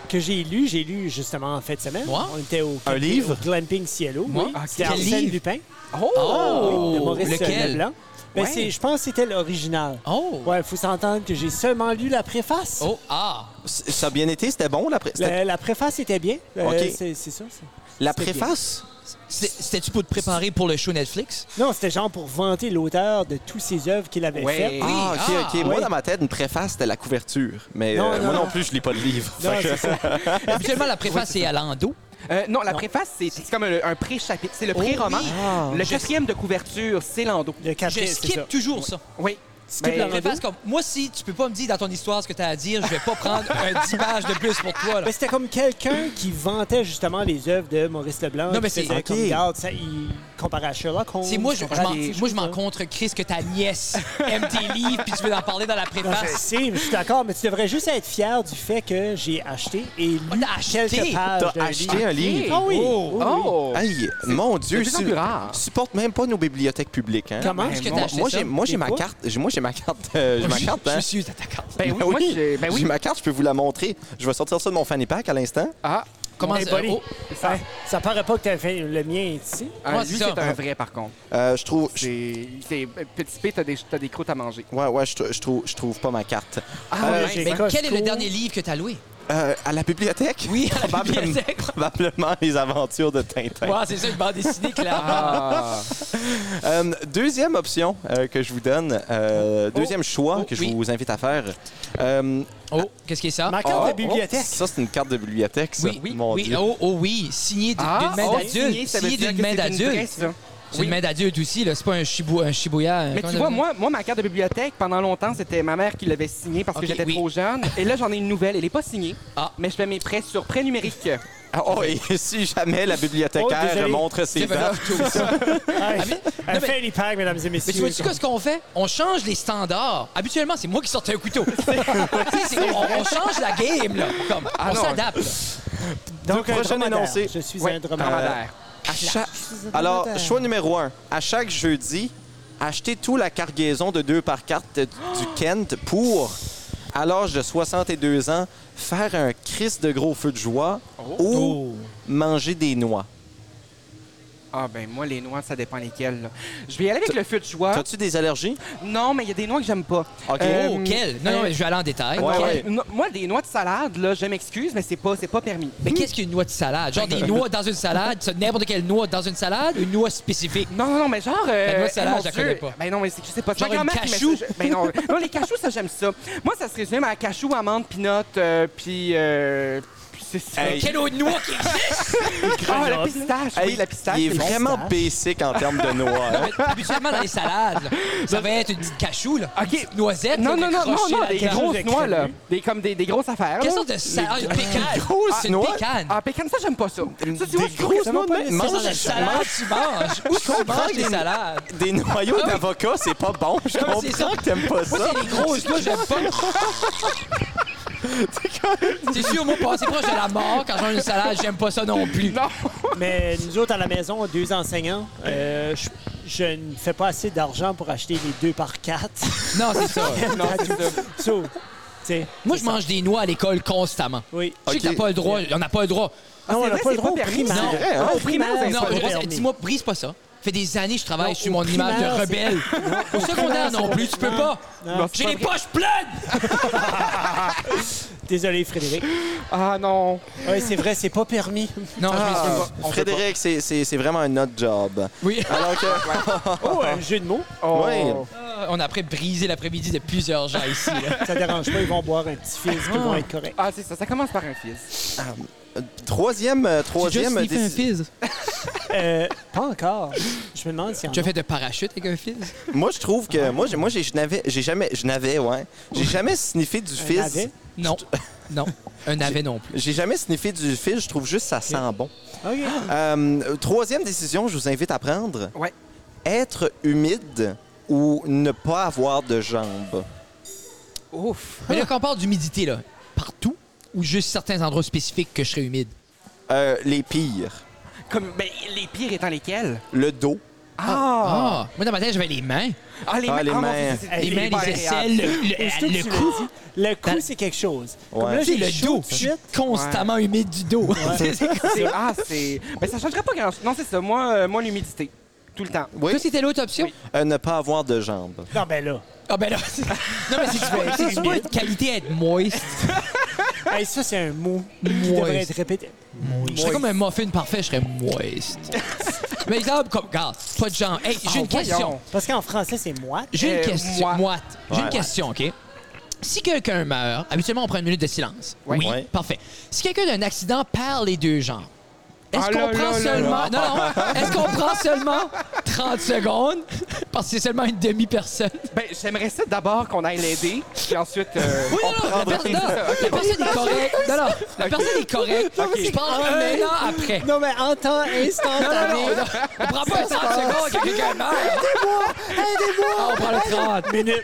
S4: que j'ai lu. J'ai lu justement en fin de semaine.
S3: Moi?
S4: On était au,
S1: Un
S4: au
S1: livre?
S4: Glamping Cielo.
S3: Moi? Ah,
S4: Oui. C'était
S3: Quel
S4: Arsène
S3: livre?
S4: Lupin.
S7: Oh!
S4: Oui, de Maurice
S3: lequel?
S4: Leblanc. Ben,
S7: Ouais.
S4: c'est- je pense que c'était l'original.
S3: Oh!
S4: Ouais, faut s'entendre que j'ai seulement lu la préface.
S3: Oh, ah!
S1: C- Ça a bien été? C'était bon, la, pré- c'était-
S4: La, la préface était bien. Euh,
S1: Ok.
S4: c'est, c'est ça. c'est-
S1: la
S4: c'était bien.
S1: préface?
S3: C'était- C'était-tu pour te préparer pour le show Netflix?
S4: Non, c'était genre pour vanter l'auteur de tous ses œuvres qu'il avait
S7: Ouais.
S4: faites.
S7: Oui,
S1: Ah, OK,
S3: ah,
S1: OK. Moi,
S4: oui.
S1: dans ma tête, une préface, c'était la couverture. Mais
S4: Non,
S1: euh,
S4: non,
S1: moi non
S4: non.
S1: plus, je lis pas de livre.
S4: Non,
S1: Fait que-
S4: c'est ça.
S3: Habituellement, la préface est à l'ando.
S7: Euh, non, Oh, la préface, c'est c'est comme un, un pré-chapitre. C'est le pré-roman.
S3: oui.
S7: Le quatrième de couverture, c'est l'ando.
S4: Le
S3: Je
S4: capitaine, c'est ça.
S3: skip toujours ça.
S7: Oui.
S4: Skip
S7: Ben,
S4: la
S7: Rando?
S3: Préface comme, moi, si tu peux pas me dire dans ton histoire ce que t'as à dire, je vais pas prendre un 10 pages de plus pour toi. là.
S4: Ben, c'était comme quelqu'un qui vantait justement les œuvres de Maurice Leblanc.
S3: Non, mais
S4: qui
S3: c'est-
S4: faisait
S3: OK.
S4: comme, regarde, ça, il compare à Sherlock Holmes.
S3: C'est moi, je, je
S4: compare à
S3: m'en-
S4: des-
S3: moi, je m'en contre Chris que ta nièce aime tes livres puis tu veux en parler dans la
S4: Non, je
S3: préface.
S4: sais, mais je suis d'accord, mais tu devrais juste être fier du fait que j'ai acheté et lu
S3: Oh, t'as acheté?
S4: quelques pages
S1: T'as
S4: d'un
S1: acheté
S4: livre.
S1: un livre?
S4: Ah oui!
S7: Oh!
S4: oui, oui.
S7: Oh!
S1: Hey, mon Dieu,
S7: de plus en
S1: su-
S7: plus rare.
S1: supporte même pas nos bibliothèques publiques. Hein?
S4: Comment?
S3: Est-ce que
S7: Ben,
S3: t'as
S1: Moi,
S3: acheté
S1: moi,
S3: ça?
S1: j'ai, moi, j'ai ma
S4: Pourquoi?
S1: carte. J'ai- Moi, j'ai ma carte. euh, j'ai ma
S3: Je-
S1: carte,
S3: Je
S1: hein?
S3: suis à ta carte.
S7: Ben oui, moi, j'ai- ben oui.
S1: J'ai ma carte, je peux vous la montrer. Je vais sortir ça de mon fanny pack à l'instant.
S7: Ah,
S3: Comment
S4: Hey,
S3: ça?
S4: buddy,
S3: oh,
S4: ça, ça paraît pas que t'as fait le mien est ici.
S7: ah,
S3: Moi,
S7: lui,
S3: c'est ça.
S7: c'est un vrai, par contre.
S1: Euh, je trouve. j'ai-
S7: C'est c'est- euh, Petit P, t'as des, t'as des croûtes à manger.
S1: Ouais, ouais, je, trou- je trouve, je trouve pas ma carte.
S4: Ah,
S1: Euh,
S4: j'ai
S3: Mais quel est
S4: Costco.
S3: le dernier livre que t'as loué?
S1: Euh, à la bibliothèque?
S3: Oui, à la
S1: Probablement-
S3: bibliothèque.
S1: Probablement les aventures de Tintin.
S3: Ouais, c'est ça, une bande dessinée, clairement.
S7: Ah!
S1: Euh, deuxième option euh, que je vous donne, euh, deuxième choix
S3: Oh,
S1: que je
S3: oui.
S1: vous invite à faire. Euh,
S3: Oh, qu'est-ce qui est ça?
S4: Ma carte
S1: oh,
S4: de bibliothèque.
S1: oh, ça, c'est une carte de bibliothèque, ça.
S3: Oui, oui,
S1: Mon
S3: oui.
S1: Dieu.
S3: Oh, oh oui, signé d'une
S7: Ah,
S3: main
S7: oh, signé,
S3: d'adulte.
S7: ça veut
S3: Signé
S7: dire
S3: d'une
S7: que
S3: main
S7: c'est une vraie,
S3: d'adulte.
S7: ça.
S3: C'est
S7: Oui.
S3: une main d'adulte aussi, là. C'est pas un, chibou, un chibouya.
S7: Mais tu vois, moi, moi, ma carte de bibliothèque, pendant longtemps, c'était ma mère qui l'avait signée parce que
S3: Ok,
S7: j'étais
S3: oui.
S7: trop jeune. Et là, j'en ai une nouvelle. Elle n'est pas signée,
S3: Ah.
S7: mais je fais mes prêts sur prêt numérique.
S1: Ah, oh, et si jamais la
S4: Oh,
S1: bibliothécaire
S4: désolé.
S1: montre ses
S3: C'est
S1: dents,
S3: ben, tout ça.
S4: Ah,
S3: non,
S4: Un
S3: mais-
S4: fanny pack, mesdames
S3: Mais
S4: et
S3: tu
S4: messieurs.
S3: vois-tu quoi, ce qu'on fait? On change les standards. Habituellement, c'est moi qui sortais un couteau. Tu sais, c'est- on, on change la game, là. Comme,
S7: Ah
S3: on
S7: non.
S3: s'adapte. là.
S4: Donc, un
S1: Prochain
S4: dromadaire.
S1: énoncé.
S4: Je suis
S7: Ouais,
S4: un dromadaire.
S7: dromadaire.
S1: À chaque- Alors, choix numéro un. À chaque jeudi, achetez toute la cargaison de 2 par carte du Kent pour, à l'âge de 62 ans, faire un crise de gros feu de joie
S3: Oh.
S1: ou manger des noix.
S7: Ah, ben moi, les noix, ça dépend lesquelles. là. Je vais y aller avec le feu de
S3: Ah.
S7: joie.
S1: T'as-tu des allergies?
S7: Non, mais il y a des noix que j'aime pas.
S1: OK. Oh,
S3: Oh, quel? Non, non, mais je vais aller en détail.
S1: Ouais,
S7: Non,
S1: ouais.
S7: no- Moi, des noix de salade, là, je m'excuse, mais c'est pas, c'est pas permis.
S3: Mais qu'est-ce qu'une noix de salade? Genre des noix dans une salade? C'est N'importe quelle noix dans une salade? Une noix spécifique?
S7: Non, non, non, mais genre. euh,
S3: La Ben, noix de
S7: eh,
S3: salade,
S7: mon
S3: je la
S7: Dieu.
S3: connais pas.
S7: Ben non, mais c'est- je sais pas.
S3: Genre
S7: Ma
S3: une
S7: grand-mère qui met
S3: cachou.
S7: ça, je- Ben non, non, les cachous, ça, j'aime ça. Moi, ça se résume à cachou, amande, pinot, euh, puis. euh, puis c'est ça.
S1: Hey.
S3: Quelle autre noix qui existe?
S7: Ah, la pistache.
S1: Hey,
S7: oui, la pistache.
S1: il est
S7: c'est bon.
S1: vraiment basic en termes de noix. hein.
S3: Habituellement, dans les salades, là, ça va être une petite cachou, là.
S7: OK.
S3: Une petite noisette.
S7: Non,
S3: là,
S7: non, non, non,
S3: décrochée
S7: non,
S3: là-dedans.
S7: des grosses noix, là. Des, comme des, des grosses affaires.
S3: Quelle
S7: là.
S3: sorte de salade? Ah, une pécane. C'est une
S1: noix?
S3: pécane.
S7: Ah, pécan, ça, j'aime pas ça. Ça, tu vois,
S1: Des
S7: je trouve
S1: grosses
S7: ça
S1: noix
S7: pas
S1: de
S7: nécessaire.
S1: même.
S3: Quelle sorte de salade tu manges? Où tu
S1: comprends
S3: manges
S1: que les-
S3: des salades?
S1: Des noyaux d'avocat, c'est pas bon. Je
S3: Non, mais Ah c'est
S1: comprends
S3: ça.
S1: que t'aimes pas
S3: Moi,
S1: ça.
S3: c'est les grosses noix, j'aime pas. C'est sûr, moi, passer proche de la mort, quand je mange une salade, j'aime pas ça non plus.
S7: Non.
S4: Mais nous autres, à la maison, deux enseignants, euh, je, je ne fais pas assez d'argent pour acheter les deux par quatre.
S3: Non, c'est ça.
S7: Non, c'est ça.
S4: So, tu sais,
S3: Moi, je mange des noix à l'école constamment.
S4: oui.
S3: Je sais que
S1: Ok.
S3: t'as pas le droit, on n'a pas le droit.
S7: Ah,
S4: Non, on
S7: c'est
S4: n'a
S7: vrai,
S4: pas le
S7: c'est
S4: droit
S7: pas
S4: au
S7: permis.
S4: primaire.
S1: C'est vrai, hein?
S4: Au primaire, c'est
S3: Non,
S4: pas
S3: je-
S4: permis.
S3: dis-moi, brise pas ça. Ça fait des années que je travaille
S4: Non,
S3: sur mon
S4: au
S3: image de
S4: primaire, c'est-
S3: rebelle. Au secondaire non plus, tu peux pas.
S4: Non,
S3: J'ai les poches pleines!
S4: Désolé, Frédéric.
S7: Ah, non.
S4: Oui, c'est vrai, c'est pas permis.
S3: Non, je m'excuse
S1: Ah,
S3: pas.
S1: Frédéric, c'est- c'est c'est vraiment un autre job.
S3: Oui,
S1: Alors que.
S4: Oh, un jeu de mots.
S7: Oh.
S1: Ouais.
S3: euh, on a après brisé l'après-midi de plusieurs gens ici. là.
S4: Ça dérange pas, ils vont boire un petit fils, puis ils vont être corrects.
S7: Ah, c'est ça, ça commence par un fils.
S1: Troisième, euh, troisième.
S3: J'ai juste sniffé
S1: déc-
S3: un fizz.
S4: Euh, pas encore. Je me demande si
S3: Tu as fait de parachute avec un fizz?
S1: Moi, je trouve que moi, j'ai- moi, j'ai- je n'avais, j'ai jamais, je n'avais, ouais, j'ai jamais sniffé du fizz.
S4: avait?
S3: Non. Non. Un navet non plus.
S1: J'ai jamais sniffé du fizz. Je trouve juste ça sent bon.
S4: OK.
S1: Euh, troisième décision, je vous invite à prendre.
S7: Ouais.
S1: Être humide ou ne pas avoir de jambes.
S7: Ouf.
S3: Mais là, quand on parle d'humidité, là, partout ou juste certains endroits spécifiques que je serais humide?
S1: Euh, les pires.
S7: Comme, ben, les pires étant lesquels?
S1: Le dos.
S7: Ah!
S3: Ah! Moi, dans ma tête, j'avais les mains.
S7: Ah, les,
S1: Ah,
S7: mains.
S1: les
S7: ah, mon
S1: mains.
S7: Dieu, c'est- c'est
S3: Les mains,
S7: hyper
S3: les aisselles, le, le-
S4: Aussitôt que
S3: euh, le
S4: tu
S3: cou.
S4: l'as dit, Le cou,
S3: Dans-
S4: c'est quelque chose.
S1: Ouais.
S4: Comme là,
S3: Tu sais,
S4: j'ai
S3: le
S4: chaud
S3: dos.
S4: tout
S3: Je
S4: de
S3: suis
S4: suite.
S3: constamment humide du dos.
S7: C'est- Ah, c'est. Ben, ça changerait pas grand chose. Non, c'est ça. Moi, euh, moi l'humidité. Tout le temps.
S1: Oui.
S3: Toi, c'était l'autre option?
S1: Euh, ne pas avoir de jambes.
S4: Non, ben là.
S3: Ah, ben non. non, mais si tu veux, si tu veux être qualité, être moist. Ah!
S4: Hey, ça, c'est un mot qui devrait
S3: Moist.
S4: être répété.
S3: Je serais comme un muffin parfait, je serais moist. mais exemple, comme, regarde, pas de jambes. Hey, j'ai une
S7: Ah, voyons.
S3: question.
S4: Parce qu'en français, c'est moite.
S3: J'ai
S7: Euh,
S3: une question.
S7: moi.
S3: Moi. J'ai
S1: Ouais.
S3: une question, OK? Si quelqu'un meurt, habituellement, on prend une minute de silence.
S7: Oui.
S1: Ouais.
S3: Parfait. Si quelqu'un a un accident perd les deux jambes, est-ce
S7: Ah là
S3: qu'on
S7: là
S3: prend
S7: là
S3: seulement... Non, non. Est-ce qu'on prend seulement 30 secondes? Parce que c'est seulement une demi-personne.
S7: Ben, j'aimerais ça d'abord qu'on aille l'aider, puis ensuite. euh,
S3: Oui, non, non, la, personne- non, la personne est correcte. Non, non, la personne est correcte. Je parle maintenant après.
S4: Non, mais en temps instantané.
S3: Non, non, on prend pas 30 secondes que quelqu'un meurt. Ah, on prend le 30.
S4: Minute,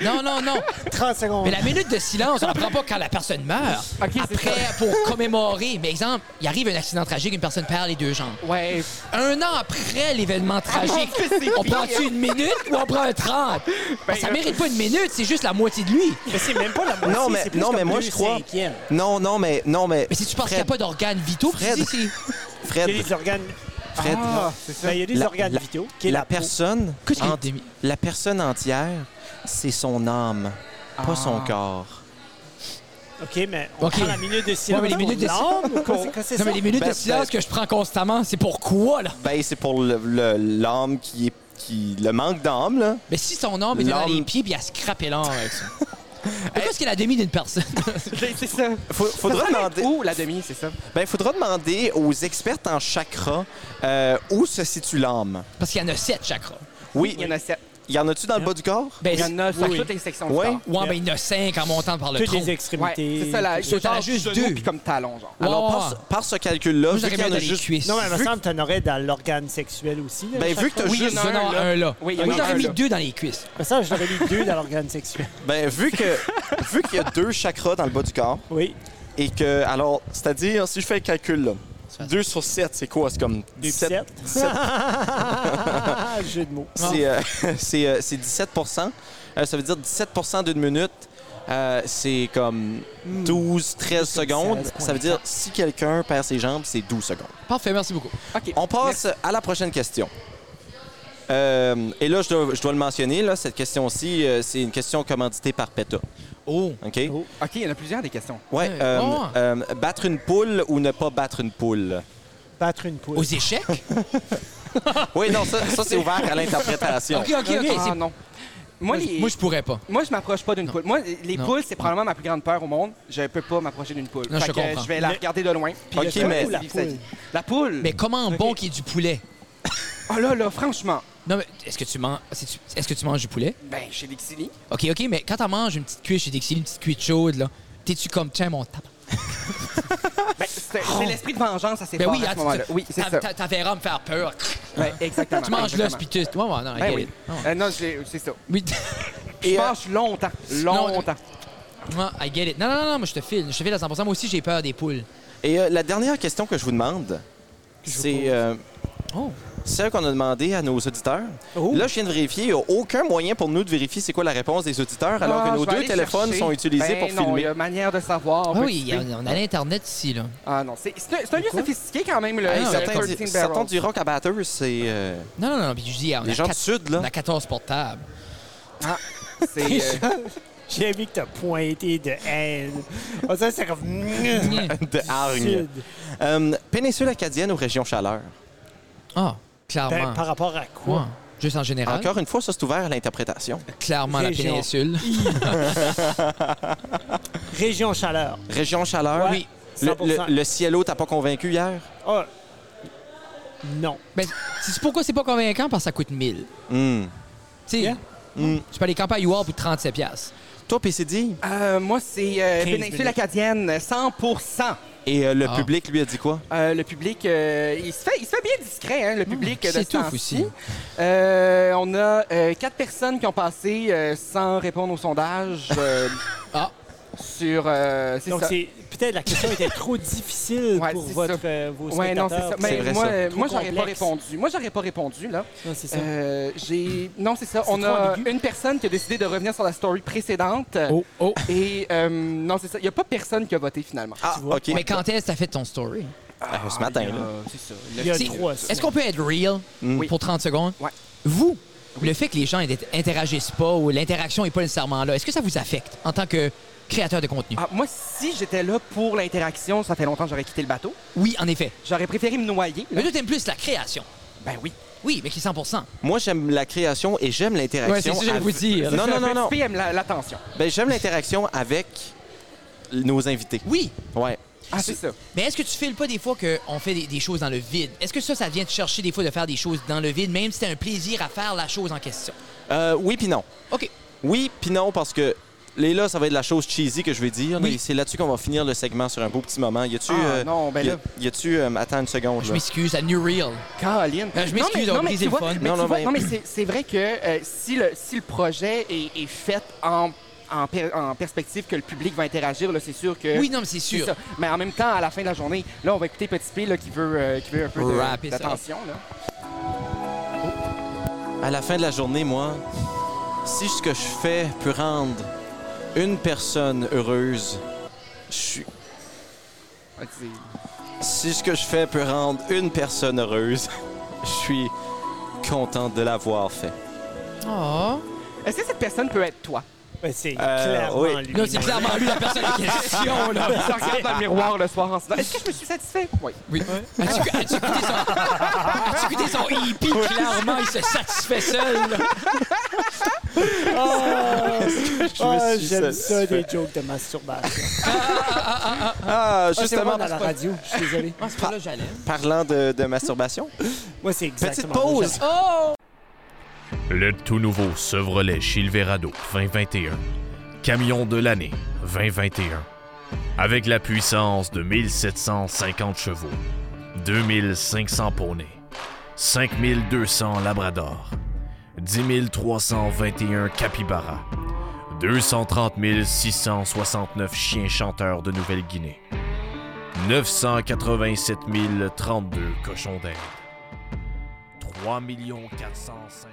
S3: Non, non, non.
S4: 30 secondes.
S3: Mais la minute de silence, on la prend pas quand la personne meurt.
S7: Ok, c'est
S3: Après, pour commémorer. Mais exemple, il arrive un accident tragique, une personne perd les deux jambes.
S7: Ouais.
S3: Un an après l'événement tragique,
S7: mon Dieu, c'est
S3: on
S7: pire.
S3: prend-tu une minute ou on prend un 30? Ben, ça mérite pas une minute, c'est juste la moitié de lui.
S4: Mais c'est même pas la moitié.
S1: Non, mais-
S4: Ah, c'est plus
S1: non,
S4: comme
S1: mais moi,
S4: deux
S1: je crois-
S4: cinquièmes.
S1: Non, non, mais. Non, mais.
S3: Mais si tu penses qu'il n'y a
S1: Fred,
S3: pas d'organes vitaux, tu
S1: Fred.
S3: dis c'est-
S1: Fred,
S4: Il y a des organes,
S1: Fred,
S7: Ah, c'est ça.
S4: ben, il y a des
S1: La-
S4: organes
S1: la-
S4: vitaux. Qui est
S1: la,
S4: la, peau.
S1: personne.
S3: Qu'est-ce
S1: en-
S3: qu'il y a de-
S1: La personne entière, c'est son âme, pas son corps.
S4: OK, mais on
S3: Ok.
S4: prend la minute de silence.
S3: Ouais, mais les
S4: pour
S3: minutes de
S4: l'âme,
S3: silence-
S4: ou quoi, c'est- quoi, c'est
S3: Non, mais
S4: ça?
S3: les minutes
S1: Ben,
S3: de silence
S1: ben-
S3: que je prends constamment, c'est pourquoi, là?
S1: Ben, c'est pour le- le- l'âme qui est. Qui, le manque d'âme, là.
S3: Mais si son homme était dans
S1: L'homme-
S3: les pieds, puis il a scrappé l'homme avec ça. Pourquoi est-ce qu'il a la demi d'une personne?
S7: C'est ça.
S1: Faut- faudra
S7: Ça s'arrête
S1: demander.
S7: Où la demi, c'est ça?
S1: Ben, faudra demander aux experts en chakra euh, où se situe l'âme.
S3: Parce qu'il y en a sept chakras.
S1: Oui,
S7: Il y en a sept.
S1: il y en a-tu dans le bas du corps?
S3: Ben,
S7: Il y en a sur
S4: Oui.
S7: toutes les sections
S1: Ouais.
S7: du corps.
S3: Ouais, ben, il y en a cinq en montant par le
S4: Toutes
S3: tronc.
S4: les
S7: Ouais,
S4: extrémités.
S7: c'est ça, la,
S3: Sauf qu'il y en a
S7: genre
S3: juste
S7: genou
S3: deux. Ah.
S7: puis comme talon, genre.
S1: Alors,
S3: Ouais,
S1: par,
S3: ouais.
S1: ce- par ce calcul-là,
S3: Moi,
S1: vu
S3: j'aurais
S1: qu'il y
S3: bien
S1: en
S3: dans
S1: a
S3: les
S1: juste...
S3: cuisses.
S4: Non, mais il me semble que t'en aurais dans l'organe sexuel aussi. là,
S1: Ben,
S4: chaque
S1: vu que t'as
S4: fois.
S7: Oui, il
S1: juste...
S7: y en a
S3: Non, non,
S7: un, là.
S3: un là.
S7: Oui, il y en a
S3: Moi, j'aurais
S7: un,
S3: mis
S7: là.
S3: deux dans les cuisses.
S4: Mais ça, j'aurais mis deux dans l'organe sexuel.
S1: Ben, vu que vu qu'il y a deux chakras dans le bas du corps,
S4: Oui.
S1: et que... Alors, c'est-à-dire, si je fais le calcul, là, 2 sur 7, c'est quoi? C'est comme...
S4: Deux
S1: sept-
S4: sept.
S1: sept-
S4: Ah, Jeu de mots.
S1: C'est
S3: Ah.
S1: euh, c'est, euh, c'est 17 Euh, Ça veut dire 17 d'une minute. euh, c'est comme
S3: Hmm.
S1: 12, 13 secondes. Ça veut dire si quelqu'un perd ses jambes, c'est 12 secondes.
S3: Parfait, merci beaucoup.
S7: OK.
S1: On passe à la prochaine question. Euh, et là, je dois, je dois le mentionner, là, cette question-ci, euh, c'est une question commanditée par PETA.
S3: Oh.
S1: OK?
S7: OK, il y en a plusieurs des questions.
S1: Ouais,
S3: Ouais.
S1: euh,
S3: Oh.
S1: euh, battre une poule ou ne pas battre une poule?
S4: Battre une poule.
S3: Aux échecs? OK,
S1: Oui, non, ça, ça, c'est ouvert à l'interprétation.
S3: OK, OK.
S7: Ah
S3: c'est-
S7: non. Moi,
S3: Moi,
S7: les-
S3: je- moi, je pourrais pas.
S7: Moi, je m'approche pas d'une
S3: Non.
S7: poule. Moi, les
S3: Non.
S7: poules, c'est probablement ma plus grande peur au monde. Je peux pas m'approcher d'une poule.
S3: Non,
S7: Fait
S3: je
S7: que
S3: comprends.
S7: je vais la
S4: Mais-
S7: regarder de loin. Puis
S1: Ok,
S7: laisser
S1: mais-
S7: vivre sa vie. La poule.
S3: Mais comment bon qu'il y ait du poulet?
S7: Oh là là, franchement.
S3: Non, mais est-ce que tu manges, est-ce que tu manges du poulet?
S7: Ben, chez Dixili.
S3: OK, OK, mais quand t'en manges une petite cuisse chez Dixie, une petite cuisse chaude, là, t'es-tu comme, tiens, mon tabac?
S7: Ben, c'est c'est l'esprit de vengeance assez
S3: Oh. Ben
S7: fort
S3: oui,
S7: à
S3: ah,
S7: ce moment-là.
S3: tu-
S7: Oui, c'est
S3: t'a-
S7: ça.
S3: t'a- T'enverras me faire peur.
S7: Ben, exactement.
S3: Tu manges là,
S7: Exactement.
S3: puis tu... Ouais, Ah ouais, euh, non, I
S7: Ben
S3: get
S7: oui.
S3: it. Non,
S7: Euh, non, j'ai- c'est ça.
S3: Oui,
S7: Je mange longtemps. Longtemps.
S3: Ah, moi, I get it. Non, non, non, non, moi, je te file. Je te file à 100 Moi aussi, j'ai peur des poules.
S1: Et euh, la dernière question que je vous demande, c'est euh,
S3: Oh.
S1: celle qu'on a demandé à nos auditeurs. Là, je viens de vérifier, il n'y a aucun moyen pour nous de vérifier c'est quoi la réponse des auditeurs, alors
S7: Ah,
S1: que nos
S7: je vais
S1: deux
S7: aller
S1: téléphones
S7: chercher.
S1: sont utilisés
S7: Ben
S1: pour
S7: non, Il y
S1: filmer.
S7: a manière de savoir.
S3: Ah oui,
S7: petit peu.
S3: on a l'Internet ici, là.
S7: Ah non, c'est c'est un, c'est un lieu sophistiqué quand même, le,
S3: Ah,
S7: le
S3: non,
S1: Certains,
S7: 13
S1: di-
S7: Barrels.
S1: certains du rock à batteur, c'est euh,
S3: Non, non, non, puis je dis, on
S1: les
S3: a,
S1: gens du
S3: quatre-
S1: Sud,
S3: on
S1: là.
S3: a 14 portables.
S7: C'est, euh,
S4: J'ai aimé que t'as pointé de haine. On dirait que c'est comme...
S3: Hmm.
S1: de hargne.
S4: Sud.
S1: Euh, péninsule acadienne ou région chaleur?
S3: Ah, clairement.
S4: Ben, par rapport à quoi?
S3: Ouais, Juste en
S7: Ah.
S3: général.
S1: Encore une fois, ça, c'est ouvert à l'interprétation.
S3: Clairement,
S4: Région.
S3: la péninsule.
S4: Région chaleur.
S1: Région chaleur,
S4: Ouais,
S1: oui. Le,
S4: 100%.
S1: le, le cielo, t'as pas convaincu hier?
S4: Ah. Non.
S3: Mais c'est Ben, pourquoi c'est pas convaincant? Parce que ça coûte 1000.
S1: Hmm.
S3: Tu sais,
S4: Yeah.
S1: Mm.
S3: tu peux aller camper à UR pour 37 piastres.
S1: Toi, PCD?
S7: euh, moi, c'est euh,
S4: 15
S7: Péninsule
S4: minutes.
S7: acadienne, 100
S1: Et euh, le
S3: Ah.
S1: public, lui, a dit quoi?
S7: Euh, le public, euh, il, se fait, il se fait bien discret,
S4: Ah,
S7: hein, le public. de
S3: C'est
S7: ce
S3: tout
S7: temps-ci.
S3: aussi.
S7: Euh, on a euh, quatre personnes qui ont passé euh, sans répondre au sondage euh,
S3: Ah,
S7: sur. euh, c'est
S4: Donc,
S7: ça.
S4: c'est peut-être la question était trop difficile
S7: Ouais,
S4: pour
S7: c'est
S4: votre,
S7: ça.
S4: euh, vos
S7: Ouais, non, c'est
S4: spectateurs.
S7: ça.
S1: C'est
S7: Mais
S1: vrai,
S7: moi,
S1: ça.
S7: euh, moi
S4: Trop
S7: j'aurais pas
S4: complexe. répondu.
S7: répondu. Moi, j'aurais pas répondu, là.
S4: Non, c'est ça.
S7: Euh, j'ai. Non, c'est ça.
S4: C'est
S7: On
S4: trop
S7: a
S4: ambigu.
S7: une personne qui a décidé de revenir sur la story précédente.
S3: oh, oh.
S7: Et euh, non, c'est ça. Il n'y a pas personne qui a voté finalement.
S1: Ah,
S4: vois.
S1: OK.
S3: Mais quand est-ce que t'as fait ton story?
S1: Ah, ce matin,
S7: il y a-
S1: là.
S7: C'est ça.
S4: Il y a
S7: Le-
S3: C'est-
S4: trois. ça.
S3: Est-ce qu'on peut être real
S1: Mm.
S3: pour 30 secondes?
S7: Ouais.
S3: Vous, le fait que les gens interagissent pas ou l'interaction n'est pas nécessairement là, est-ce que ça vous affecte en tant que créateur de contenu?
S7: Ah, moi, si j'étais là pour l'interaction, ça fait longtemps que j'aurais quitté le bateau.
S3: Oui, en effet.
S7: J'aurais préféré me noyer. là.
S3: Mais toi, t'aimes plus la création.
S7: Ben oui.
S3: Oui, mais qui 100
S1: Moi, j'aime la création et j'aime
S3: Ouais,
S1: l'interaction.
S3: c'est ça que j'allais
S1: avec-
S3: vous dire.
S1: Non,
S7: C'est
S1: non,
S7: un
S1: non, non.
S7: petit peu, aime la- l'attention.
S1: Ben, j'aime l'interaction avec nos invités.
S3: Oui,
S1: Ouais.
S7: Ah, c'est ça.
S3: mais est-ce que tu files pas des fois qu'on fait des, des choses dans le vide? Est-ce que ça, ça vient te chercher des fois de faire des choses dans le vide, même si t'as un plaisir à faire la chose en question?
S1: Euh, oui, puis non.
S3: OK.
S1: Oui, puis non, parce que. Les là, ça va être la chose cheesy que je vais dire,
S3: Oui.
S1: mais c'est là-dessus qu'on va finir le segment sur un beau petit moment. Y a-tu.
S7: Ah,
S1: euh,
S7: non, ben
S1: y a-
S7: là.
S1: Y a-tu. euh, attends une seconde.
S3: Je
S1: là.
S3: m'excuse, à New Real.
S7: Caroline.
S3: Euh, je
S7: Non,
S3: m'excuse
S7: mais-
S3: d'avoir
S7: non, mais
S3: brisé
S7: tu
S3: le
S7: vois-
S3: fun.
S7: mais
S1: Non,
S7: tu
S1: non,
S7: vois-
S1: mais-
S7: non, mais c'est- c'est vrai que euh, si, le, si le projet est, est fait en, en per- en perspective que le public va interagir, là, c'est sûr que.
S3: Oui, non, mais c'est
S7: Euh, c'est
S3: sûr.
S7: ça. Mais en même temps, à la fin de la journée, là, on va écouter Petit P là, qui, veut, euh, qui veut un peu de-
S3: Wrap it up.
S7: d'attention. là.
S1: À la fin de la journée, moi, si ce que je fais peut rendre une personne heureuse, je suis.
S7: Ah, c'est-
S1: Si ce que je fais peut rendre une personne heureuse, je suis content de l'avoir fait.
S3: Oh.
S7: Est-ce que cette personne peut être toi?
S4: Ben, c'est
S1: Euh,
S4: clairement
S1: oui.
S4: lui.
S3: Là,
S7: Oh.
S3: c'est clairement lui la personne en question, là.
S7: Je
S4: Ah,
S7: regarde dans le miroir le soir en se disant Est-ce que je me suis satisfait? Oui.
S3: Oui.
S7: Ah.
S3: As-tu as-tu écouté son, as écouté son hippie? Clairement, il se satisfait seul. là.
S1: Je
S4: Ah,
S1: me suis
S4: Oh, j'aime ça,
S1: satisfait.
S4: des jokes de masturbation.
S1: Ah,
S4: Ah, c'est
S1: justement,
S4: moi dans la radio, je suis désolé.
S3: Ah, c'est pas là que j'allais.
S7: Euh,
S1: parlant de, de masturbation,
S4: Moi, c'est exactement
S1: petite
S4: moi,
S1: pause.
S4: j'aime-
S5: Le tout nouveau Chevrolet Silverado 2021. Camion de l'année 2021. Avec la puissance de 1750 chevaux, 2500 poneys, 5200 labrador, 10 321 capybaras, 230 669 chiens chanteurs de Nouvelle-Guinée, 987 032 cochons d'Inde, 3 450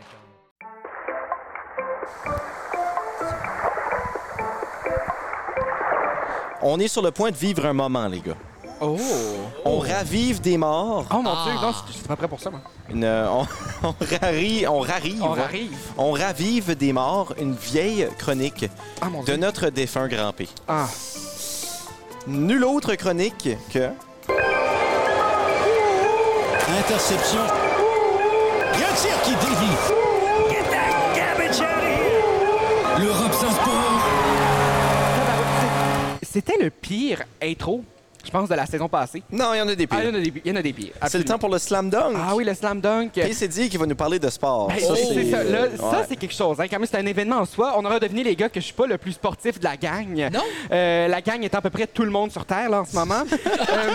S1: on est sur le point de vivre un moment, les gars.
S7: Oh!
S1: On ravive des morts.
S7: Oh mon
S3: Ah.
S7: Dieu, non, je suis pas prêt pour ça, moi.
S1: Une- euh, on, on rarie- on rarive.
S7: On arrive.
S1: On ravive des morts, une vieille chronique
S7: Ah mon
S1: de
S7: Dieu.
S1: notre défunt grand P.
S7: Ah.
S1: Nulle autre chronique que.
S10: Interception. Il y a un tir qui dévie. Le Rob Sport.
S7: C'était le pire intro, je pense, de la saison passée.
S1: Non, il y en a des pires.
S7: Ah, il y en a des, il y en a des pires.
S1: c'est le
S7: absolument.
S1: temps pour le slam dunk.
S7: Ah oui, le slam dunk.
S1: Et c'est dit qu'il va nous parler de sport.
S7: Ben, c'est- c'est ça, là, ça,
S1: Ouais.
S7: c'est quelque chose. Hein. Quand même, c'est un événement en soi. On aura deviné, les gars, que je suis pas le plus sportif de la gang.
S3: Non?
S7: Euh, la gang est à peu près tout le monde sur Terre, là, en ce moment. Euh,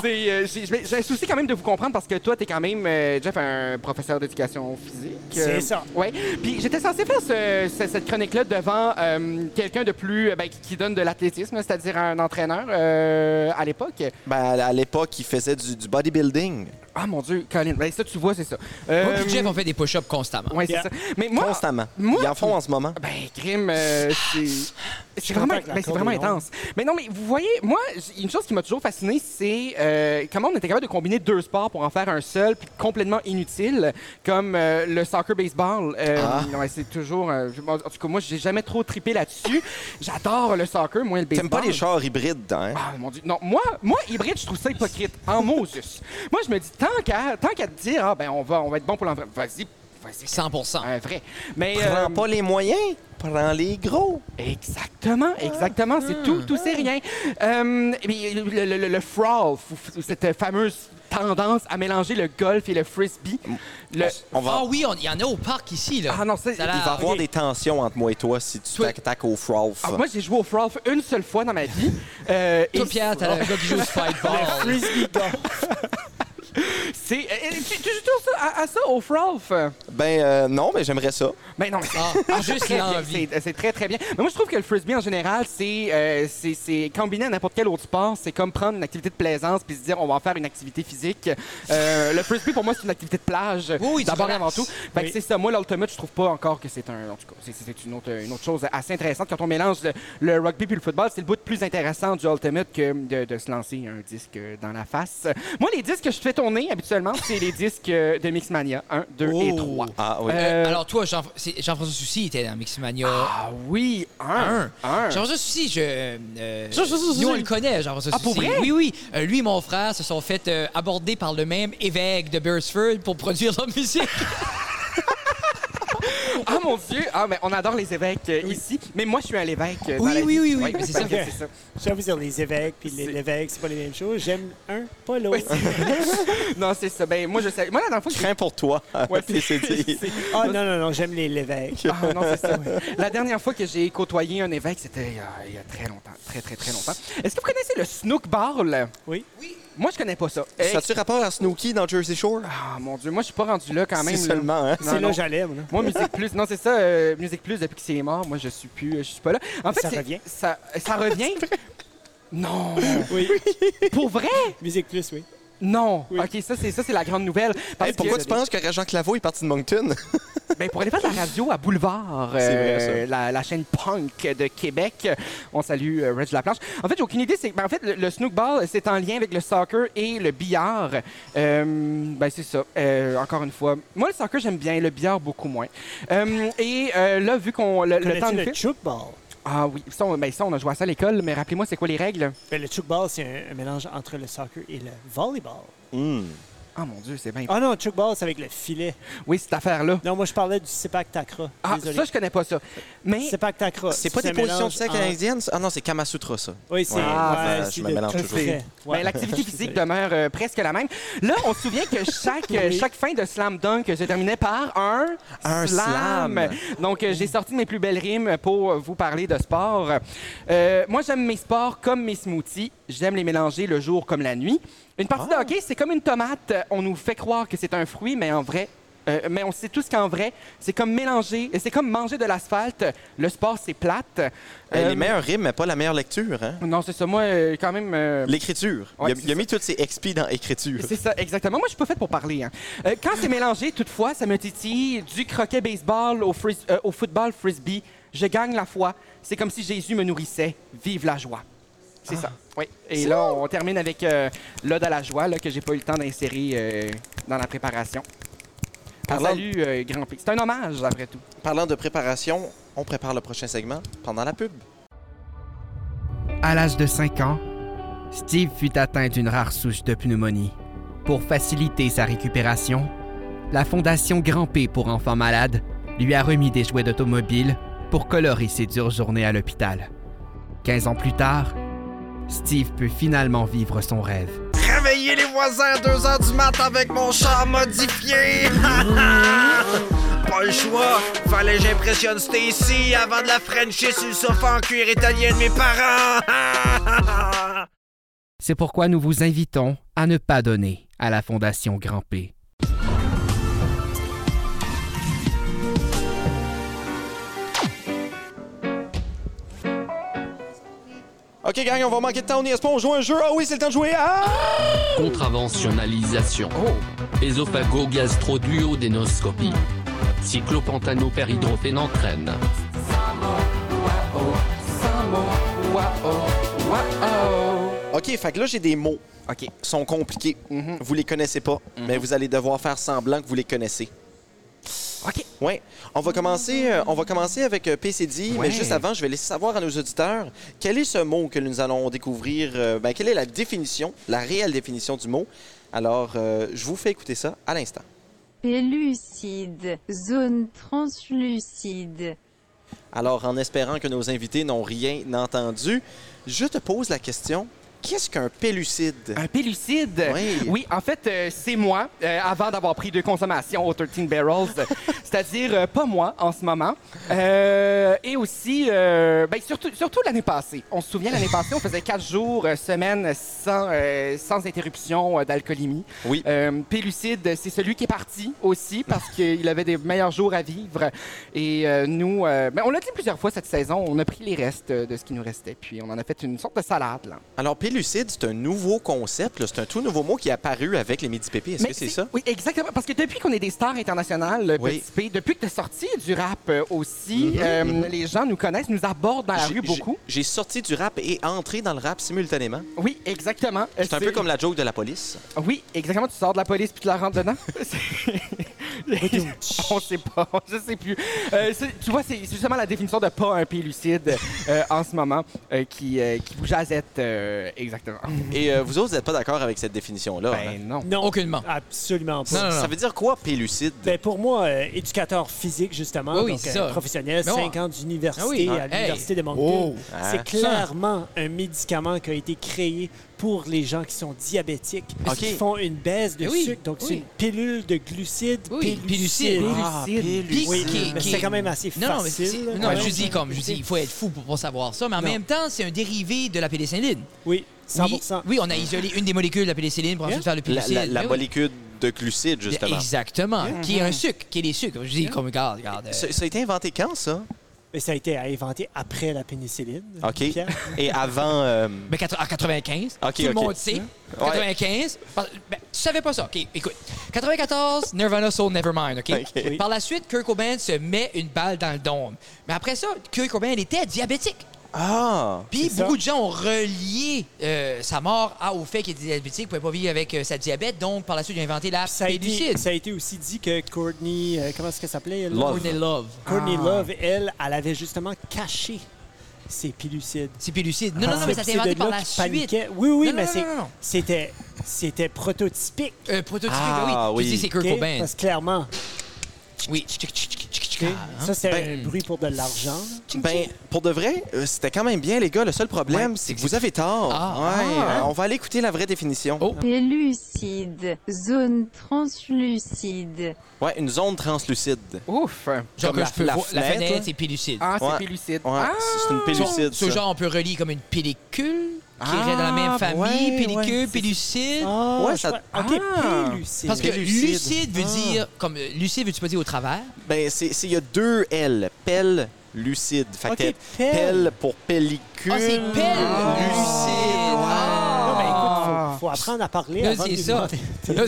S7: c'est, euh, j'ai- j'ai j'ai un souci quand même de vous comprendre parce que toi, tu es quand même, euh, Jeff, un professeur d'éducation physique.
S4: C'est ça.
S7: Oui. Puis j'étais censé faire ce- ce- cette chronique-là devant euh, quelqu'un de plus, euh, ben, qui- qui donne de l'athlétisme, c'est-à-dire un entraîneur euh, à l'époque.
S1: Ben, à l'époque, il faisait du, du bodybuilding
S7: Ah mon Dieu, Colin, ben, ça, tu vois, c'est ça. Euh,
S3: Moi et Jeff, on fait des push-ups constamment.
S7: ouais, c'est
S4: Yeah.
S7: ça. Mais moi,
S1: constamment.
S7: moi-
S1: Ils en font en ce moment.
S7: Ben, crime, euh, c'est. C'est
S4: content
S7: vraiment,
S4: que la
S7: ben, c'est
S4: corde
S7: vraiment
S4: est longue.
S7: intense. Mais non, mais vous voyez, moi, j- une chose qui m'a toujours fasciné, c'est euh, comment on était capable de combiner deux sports pour en faire un seul, puis complètement inutile, comme euh, le soccer-baseball. Euh, ouais, c'est toujours. euh, je- en tout cas, moi, j'ai jamais trop trippé là-dessus. J'adore le soccer, moi, le
S1: T'aimes
S7: baseball.
S1: pas les chars hybrides, hein?
S7: Ah, mon Dieu. Non, moi, moi, hybride, je trouve ça hypocrite. En Moses. Moi, je me dis, tant qu'à tant qu'à te dire, ah, ben, on va, on va être bon pour l'environnement. Vas-y, vas-y,
S3: 100
S7: un vrai. Mais. euh,
S1: Prends pas les moyens, prends les gros.
S7: Exactement, exactement. C'est tout, tout, c'est rien. Euh, mais le, le- le- le frawl, fou- fou- cette fameuse tendance à mélanger le golf et le frisbee. Le...
S1: On va,
S3: Ah oui, on- il y en a au parc ici, là.
S7: Ah non, c'est...
S3: Ça a
S1: il va y
S3: l'air-
S1: avoir des tensions entre moi et toi si tu
S3: Toi-
S1: t'attaques au frolf.
S7: Ah, moi, j'ai joué au frawl une seule fois dans ma vie. Euh, et
S3: Toi, Pierre, t'as le gars qui joue au
S4: Le
S3: Spikeball.
S4: frisbee golf.
S7: C'est, euh, tu, tu joues tout ça à, à ça au Frolf?
S1: Ben euh, non, mais j'aimerais ça.
S7: Ben non, mais c'est-
S3: Ah,
S7: c'est
S3: juste
S7: très bien,
S3: l'envie.
S7: C'est, c'est très, très bien. Mais moi, je trouve que le frisbee, en général, c'est, euh, c'est, c'est combiné à n'importe quel autre sport. C'est comme prendre une activité de plaisance puis se dire, on va en faire une activité physique. Euh, le frisbee, pour moi, c'est une activité de plage.
S3: Oui, du
S7: d'abord et
S3: relax.
S7: avant tout. Fait que
S4: Oui.
S7: c'est ça. Moi, l'ultimate, je trouve pas encore que c'est un. En tout cas, c'est, c'est une, autre, une autre chose assez intéressante. Quand on mélange le, le rugby puis le football, c'est le bout de plus intéressant du ultimate que de, de se lancer un disque dans la face. Moi, les disques que je fais tourner habituellement, c'est les disques euh, de Mixmania 1, 2 et
S3: Oh.
S7: 3.
S1: Ah oui.
S7: Euh,
S3: Alors, toi, Jean- c'est- Jean-François Soucy était dans Mixmania.
S7: Ah oui, un. Un.
S3: Jean-François Soucy, je. euh,
S7: Jean-François Soucy.
S3: Nous, on le connaît, Jean-François
S7: Ah, pour
S3: Soucy.
S7: vrai?
S3: Oui, oui. Euh, lui et mon frère se sont fait euh, aborder par le même évêque de Beresford pour produire leur musique.
S7: Ah mon Dieu! Ah, mais on adore les évêques euh, ici. Mais moi, je suis un évêque. euh, dans
S3: Oui,
S7: la
S3: oui,
S7: vie.
S3: oui, oui, mais c'est
S7: fait
S3: ça.
S7: que c'est ça.
S4: Je vous dire, les évêques puis
S7: C'est-
S4: les- l'évêque, c'est pas les mêmes choses. J'aime un, pas l'autre.
S7: Non, c'est ça. Ben, moi, je sais. Moi, la dernière fois que j'ai-
S1: Crains pour toi.
S7: Ouais,
S1: Puis c'est dit.
S4: Ah non, non, non, j'aime les l'évêque.
S7: Ah, non, c'est ça. La dernière fois que j'ai côtoyé un évêque, c'était il y a- il y a très longtemps. Très, très, très longtemps. Est-ce que vous connaissez le Snook Ball?
S4: Oui.
S7: Moi, je connais pas ça. Eh,
S1: Ça a-tu rapport à Snooki dans Jersey Shore?
S7: Ah, mon Dieu. Moi, je suis pas rendu là quand même.
S1: C'est
S7: là.
S1: seulement, hein?
S7: Non,
S4: C'est là
S7: non.
S4: que j'allais, moi. là.
S7: Moi, Musique Plus, non, c'est ça, euh, Musique Plus, depuis que c'est mort, moi, je suis plus, euh, je suis pas là. En fait,
S4: Ça
S7: c'est-
S4: revient?
S7: Ça, ça revient? non!
S4: Oui.
S7: Pour vrai?
S4: Musique plus, oui.
S7: Non. OK, ça, c'est ça, c'est la grande nouvelle. Parce
S1: Hey, pourquoi
S7: que-
S1: tu penses que Jean Claveau est parti de Moncton?
S7: Ben, pour aller faire de la radio à Boulevard, euh,
S1: C'est vrai, ça.
S7: la, la chaîne punk de Québec, on salue euh, Reg Laplanche. En fait, j'ai aucune idée. C'est, ben, en fait, le, le snook ball, c'est en lien avec le soccer et le billard. Euh, ben, c'est ça. Euh, encore une fois, moi, le soccer, j'aime bien. Le billard, beaucoup moins. Euh, et euh, là, vu qu'on... Le, le
S4: Connais-tu
S7: temps de
S4: le chouk ball.
S7: Ah oui, ça on, ben ça, on a joué à ça à l'école, mais rappelez-moi, c'est quoi les règles?
S4: Ben, le chouk ball, c'est un, un mélange entre le soccer et le volleyball.
S1: Hmm.
S7: Ah mon Dieu, c'est bien.
S4: Ah non, chouk ball, c'est avec le filet.
S7: Oui, cette affaire-là.
S4: Non, moi, je parlais du Sepak Takra.
S7: Ah,
S4: Désolé.
S7: ça, je connais pas ça. Mais
S4: Sepak Takra.
S1: C'est pas des
S4: un
S1: positions de
S4: mélange
S1: sac
S4: en-
S1: canadiennes? ça? Ah non, c'est Kamasutra, ça.
S4: Oui, c'est.
S1: Ouais,
S4: ouais,
S1: ben,
S4: c'est
S1: je me
S4: de-
S1: mélange
S4: c'est-
S1: toujours.
S4: ouais.
S7: ben, l'activité physique demeure euh, presque la même. Là, on se souvient que chaque, euh,
S4: Oui.
S7: chaque fin de slam dunk se terminait par un,
S1: Un slam.
S7: Donc, euh, j'ai sorti mes plus belles rimes pour vous parler de sport. Euh, moi, j'aime mes sports comme mes smoothies. J'aime les mélanger le jour comme la nuit. Une partie de hockey, c'est comme une tomate. On nous fait croire que c'est un fruit, mais en vrai, euh, mais on sait tous qu'en vrai, c'est comme mélanger, c'est comme manger de l'asphalte. Le sport, c'est plate.
S1: Hey,
S7: Euh,
S1: Les meilleurs rimes, mais pas la meilleure lecture, hein?
S7: Non, c'est ça. Moi, euh, quand même. euh,
S1: L'écriture.
S7: Ouais,
S1: il a,
S7: c'est
S1: il a mis toutes ses expi dans écriture.
S7: C'est ça, exactement. Moi, je suis pas faite pour parler. hein. Euh, quand c'est mélangé, toutefois, ça me titille du croquet baseball au, fris- euh, au football frisbee. Je gagne la foi. C'est comme si Jésus me nourrissait. Vive la joie. C'est ça. Oui. Et là, on termine avec euh, l'ode à la joie là, que j'ai pas eu le temps d'insérer euh, dans la préparation. Un
S1: Parlant-
S7: salut, euh, Grand Prix. C'est un hommage, après tout.
S1: Parlant de préparation, on prépare le prochain segment pendant la pub.
S2: À l'âge de 5 ans, Steve fut atteint d'une rare souche de pneumonie. Pour faciliter sa récupération, la Fondation Grand P pour enfants malades lui a remis des jouets d'automobile pour colorer ses dures journées à l'hôpital. 15 ans plus tard, Steve peut finalement vivre son rêve.
S8: Réveiller les voisins à 2h du mat avec mon char modifié. Pas le choix, fallait que j'impressionne Stacy avant de la frencher sur le sofa en cuir italien de mes parents.
S2: C'est pourquoi nous vous invitons à ne pas donner à la Fondation Grand P.
S1: Ok, gang, on va manquer de temps, on n'y est pas, on joue à un jeu. Ah oui, c'est le temps de jouer. Ah!
S11: Contraventionnalisation. Ésophago-gastro-duodénoscopie. Cyclopantanopéridrophénantrène.
S1: Ok, fait que là, j'ai des mots.
S7: OK.
S1: Ils sont compliqués.
S7: Mhm.
S1: Vous les connaissez pas, mais vous allez devoir faire semblant que vous les connaissez.
S7: OK.
S1: Ouais. On va commencer, euh, on va commencer avec euh, PCD, mais
S7: Ouais.
S1: juste avant, je vais laisser savoir à nos auditeurs quel est ce mot que nous allons découvrir, euh, ben, quelle est la définition, la réelle définition du mot. Alors, euh, je vous fais écouter ça à l'instant.
S9: Pellucide, zone translucide,
S1: Alors, en espérant que nos invités n'ont rien entendu, je te pose la question Qu'est-ce qu'un pellucide?
S7: Un pellucide?
S1: Oui.
S7: en fait, euh, c'est moi, euh, avant d'avoir pris deux consommations au 13 Barrels. C'est-à-dire, euh, pas moi en ce moment. Euh, et aussi, euh, ben, surtout, surtout l'année passée. On se souvient, l'année passée, on faisait quatre jours, euh, semaine, sans, euh, sans interruption euh, d'alcoolémie.
S1: Oui.
S7: Pellucide, c'est celui qui est parti aussi parce qu'il avait des meilleurs jours à vivre. Et euh, nous, euh, ben, on l'a dit plusieurs fois cette saison, on a pris les restes euh, de ce qui nous restait. Puis on en a fait une sorte de salade. Là.
S1: Alors, pellucide, c'est un nouveau concept, là. c'est un tout nouveau mot qui est apparu avec les Midi Pépés. Est-ce
S7: Mais
S1: que c'est ça?
S7: Oui, exactement. Parce que depuis qu'on est des stars internationales, euh,
S1: Oui.
S7: Petit P, depuis que tu es sorti du rap euh, aussi,
S1: Mhm,
S7: euh,
S1: mhm.
S7: les gens nous connaissent, nous abordent dans la
S1: J'ai-
S7: rue beaucoup. Euh,
S1: J'ai j'ai sorti du rap et entré dans le rap simultanément.
S7: Oui, exactement.
S1: C'est un peu comme la joke de la police.
S7: Oui, exactement. Tu sors de la police puis tu la rentres dedans. C'est- on sait pas, je sais plus. Euh, c'est- tu vois, c'est c'est justement la définition de pas un pays lucide euh, en ce moment euh, qui, euh, qui vous jasette euh, exactement.
S1: Et euh, vous autres, vous n'êtes pas d'accord avec cette définition-là? hein?
S7: Ben non.
S4: Non,
S3: Aucunement.
S4: absolument pas.
S1: Ça veut dire quoi, pellucide?
S4: Ben, pour moi, euh, éducateur physique, justement,
S3: Oui, oui,
S4: donc,
S3: c'est
S4: euh,
S3: ça.
S4: professionnel,
S3: Mais ouais.
S4: 5 ans d'université
S3: Ah oui.
S4: à
S3: Hey.
S4: l'Université de
S3: Oh.
S4: Moncton.
S1: Ah.
S4: C'est clairement un médicament qui a été créé pour les gens qui sont diabétiques,
S1: Ok.
S4: qui font une baisse de
S3: Mais Eh oui,
S4: sucre. Donc, c'est
S3: oui.
S4: une pilule de glucides,
S3: Oui,
S4: pellucide.
S1: Ah, pellucide.
S4: Oui,
S3: Qui-
S4: mais
S3: qui-
S4: c'est quand même assez
S3: Non, non, mais
S4: facile.
S3: c'est-
S4: là.
S3: non,
S4: Ouais.
S3: je dis comme, je dis, il faut être fou pour pas savoir ça, mais en
S4: Non.
S3: même temps, c'est un dérivé de la pénicilline.
S4: Oui,
S3: Oui,
S4: 100
S3: oui, on a isolé une des molécules de la pénicilline pour ensuite faire
S4: Yeah.
S3: le
S1: La,
S3: pénicilline.
S1: la- la
S3: Mais ben oui.
S1: molécule de glucide, justement.
S3: Exactement, qui est
S4: Mm-hmm.
S3: un sucre, qui est des sucres. Je dis comme, regarde, regarde. euh,
S1: Ça, ça a été inventé quand, ça?
S4: Mais ça a été inventé après la pénicilline.
S1: OK.
S4: Pierre.
S1: Et avant... euh,
S3: Mais Ben, quatre- en 95,
S1: Ok,
S3: tout le
S1: ok.
S3: monde sait. 95, par- ben, tu savais pas ça. OK, écoute. 94, Nirvana Soul Nevermind, OK?
S1: Ok. Oui.
S3: Par la suite, Kurt Cobain se met une balle dans le dôme. Mais après ça, Kurt Cobain il était diabétique.
S1: Ah!
S3: Puis
S4: C'est ça.
S3: beaucoup de gens ont relié euh, sa mort à, au fait qu'il était diabétique, qu'il pouvait pas vivre avec euh, sa diabète. Donc, par la suite, il a inventé la
S4: Ça a, été,
S3: pellucide.
S4: ça a été aussi dit que Courtney, euh, comment est-ce que ça s'appelait? là?
S1: Love.
S3: On est love.
S1: Ah.
S4: Courtney Love, elle, elle avait justement caché ses pilucides.
S3: C'est pellucide. Non, non, non,
S4: C'est-
S3: mais ça a
S4: Ah, c'est
S3: été
S4: de
S3: inventé
S4: là
S3: par la
S4: qu'il
S3: suite.
S4: paniquait. Oui, oui,
S3: Non,
S4: mais
S3: non,
S4: c'est-
S3: non, non.
S4: c'était c'était prototypique.
S3: Euh, prototype,
S1: Ah,
S3: oui.
S1: oui.
S3: Je dis, c'est Kurt
S4: ok?
S3: Cobain.
S4: Parce que clairement,
S3: Oui. Tchic, tchic, tchic, tchic, tchic,
S4: ok,
S3: ah, hein.
S4: ça c'est
S1: Ben-
S4: un bruit pour de l'argent.
S1: Ben, pour de vrai, euh, c'était quand même bien, les gars. Le seul problème, c'est que vous avez tort.
S3: Ah.
S1: Ouais,
S3: Ah.
S1: euh, On va aller écouter la vraie définition.
S3: Oh.
S9: Pellucide, zone translucide.
S1: Ouais, une zone translucide.
S7: Ouf!
S3: Genre,
S1: Comme
S3: que
S1: la-
S3: je peux
S1: la
S3: voir- la
S1: fenêtre,
S3: fenêtre,
S1: là.
S3: c'est pellucide.
S7: Ah, c'est
S1: Ouais.
S7: pellucide.
S1: Ouais,
S7: Ah!
S1: c'est une pellucide,
S3: Ce
S1: ça.
S3: genre, on peut relier comme une pellicule qui
S1: Ah,
S3: irait dans la même famille,
S1: ouais,
S3: pellicule,
S1: ouais.
S3: pellucide.
S4: Ah,
S1: Ouais,
S4: je
S1: ça-
S4: crois- Ok,
S7: Ah!
S4: pellucide.
S3: Parce que
S1: Pellucide.
S3: lucide veut
S1: Ah.
S3: dire, comme euh, lucide veux-tu pas dire au travers?
S1: Ben, c'est c'est- il y a deux L. Pelle, lucide. Fait que
S4: Ok,
S1: t'as
S4: pelle.
S1: pelle pour pellicule.
S3: Ah, c'est pelle, lucide.
S4: Non, mais
S3: Ah.
S4: écoute, faut, faut apprendre à parler
S3: Là,
S4: avant
S3: c'est
S4: de
S3: ça. Là,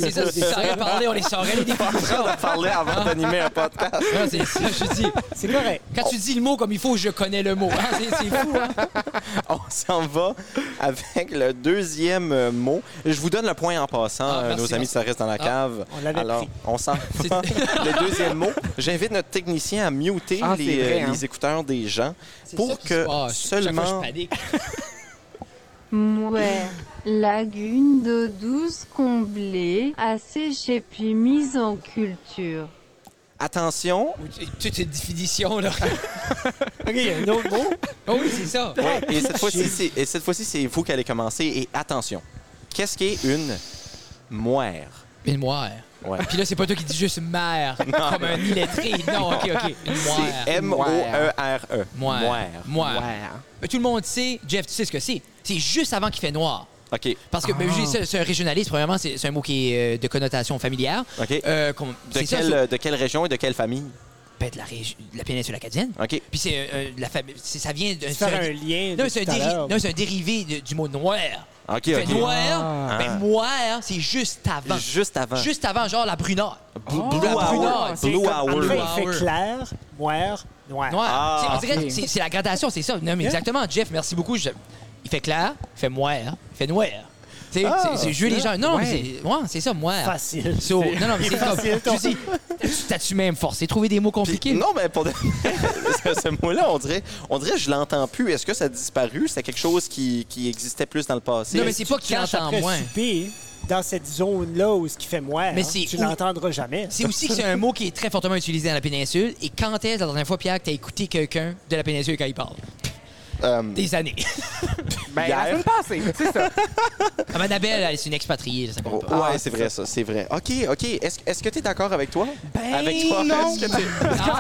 S3: c'est ça. Si ça aurait parlé, on les saurait, les définitions.
S1: On a parlé avant d'animer un podcast.
S3: Ah, c'est ça, je dis.
S4: C'est correct.
S3: Quand tu dis le mot comme il faut, je connais le mot. Ah, c'est c'est fou, hein?
S1: On s'en va avec le deuxième euh, mot. Je vous donne le point en passant,
S3: Ah,
S1: euh,
S3: merci,
S1: nos amis,
S3: merci.
S1: ça reste dans la
S3: Ah,
S1: cave.
S4: on l'avait
S1: Alors,
S4: pris.
S1: on s'en va. le deuxième mot. J'invite notre technicien à muter
S7: Ah, c'est
S1: les, euh,
S7: vrai, hein.
S1: les écouteurs des gens
S3: C'est ça
S1: pour
S3: qui
S1: que
S3: se passe. Chaque fois,
S1: seulement.
S3: je panique.
S9: Mouais, lagune d'eau douce comblée, asséchée puis mise en culture.
S1: Attention.
S3: Toute cette définition, là.
S4: OK, il y a un autre mot.
S3: Oh, oui, c'est ça.
S1: Ouais, et cette fois-ci, c'est- et cette fois-ci, c'est vous qui allez commencer. Et attention. Qu'est-ce qu'est une moire?
S3: Une moire.
S1: Ouais.
S3: Puis là, c'est pas toi qui dis juste mère, comme un illettré. Non, OK, OK. Ah, Une moire.
S1: C'est E M-O-E-R-E.
S3: Moire. Moire. Mais Tout le monde sait, Jeff, tu sais ce que c'est. C'est juste avant qu'il fait noir.
S1: OK.
S3: Parce que ben, je dis,
S1: Ah.
S3: c'est c'est un régionaliste, premièrement, c'est c'est un mot qui est euh, de connotation familière.
S1: OK.
S3: Euh, comme-
S1: De
S3: c'est ça,
S1: quelle,
S3: ça
S1: de quelle région et de quelle famille?
S3: peut être la, régi- la péninsule acadienne.
S1: OK.
S3: Puis c'est euh, euh, la famille. Ça vient d'un.
S4: Tu fais un lien.
S3: Non,
S4: de
S3: c'est un,
S4: tout à
S3: déri-
S4: l'heure.
S3: non, c'est un dérivé de- du mot noir.
S1: OK,
S3: Fait
S1: OK.
S3: noir,
S1: Ah.
S3: ben moire, c'est juste avant.
S1: Juste avant.
S3: Juste avant, genre la brunard.
S1: Blue, Blue
S3: la
S1: Hour.
S3: brunard,
S4: C'est
S1: Blue
S4: comme-
S1: Hour.
S4: Après, il fait
S3: Hour.
S4: clair, moire, noir.
S3: Noir.
S1: Ah.
S3: C'est- On dirait que c'est- c'est la gradation, c'est ça. Non, mais
S4: Yeah.
S3: exactement, Jeff, merci beaucoup. Je- Il fait clair, il fait moire, il fait noir. C'est c'est- c'est juste les gens. Non, mais c'est ouais, c'est ça, moire.
S4: Facile.
S3: So, non, non, mais c'est comme.
S4: facile, ton-
S3: Tu dis, t'as-tu- t'as-tu même forcé de trouver des mots
S1: Puis-
S3: compliqués?
S1: non, mais pour de- ce, ce mot-là, on dirait, on dirait que je l'entends plus. Est-ce que ça a disparu? C'est quelque chose qui, qui existait plus dans le passé?
S3: Non, mais c'est pas
S4: Tu
S3: qu'il
S4: caches
S3: entend
S4: après
S3: moins.
S4: souper, dans cette zone-là où ce qui fait moire,
S3: Mais c'est
S4: tu
S3: où-
S4: l'entendras jamais.
S3: C'est aussi que c'est un mot qui est très fortement utilisé dans la péninsule. Et quand est-ce la dernière fois, Pierre, que t'as écouté quelqu'un de la péninsule quand il parle?
S1: Euh,
S3: Des années.
S7: Ben, la
S1: Hier.
S7: semaine passée, c'est ça.
S3: Ah, Madame Belle, elle, c'est une expatriée, ça compte pas.
S1: Oh, Ouais, c'est vrai, ça, c'est vrai. OK, OK. Est-ce est-ce que tu es d'accord avec toi?
S7: Ben
S1: avec toi?
S7: non.
S1: Est-ce que tu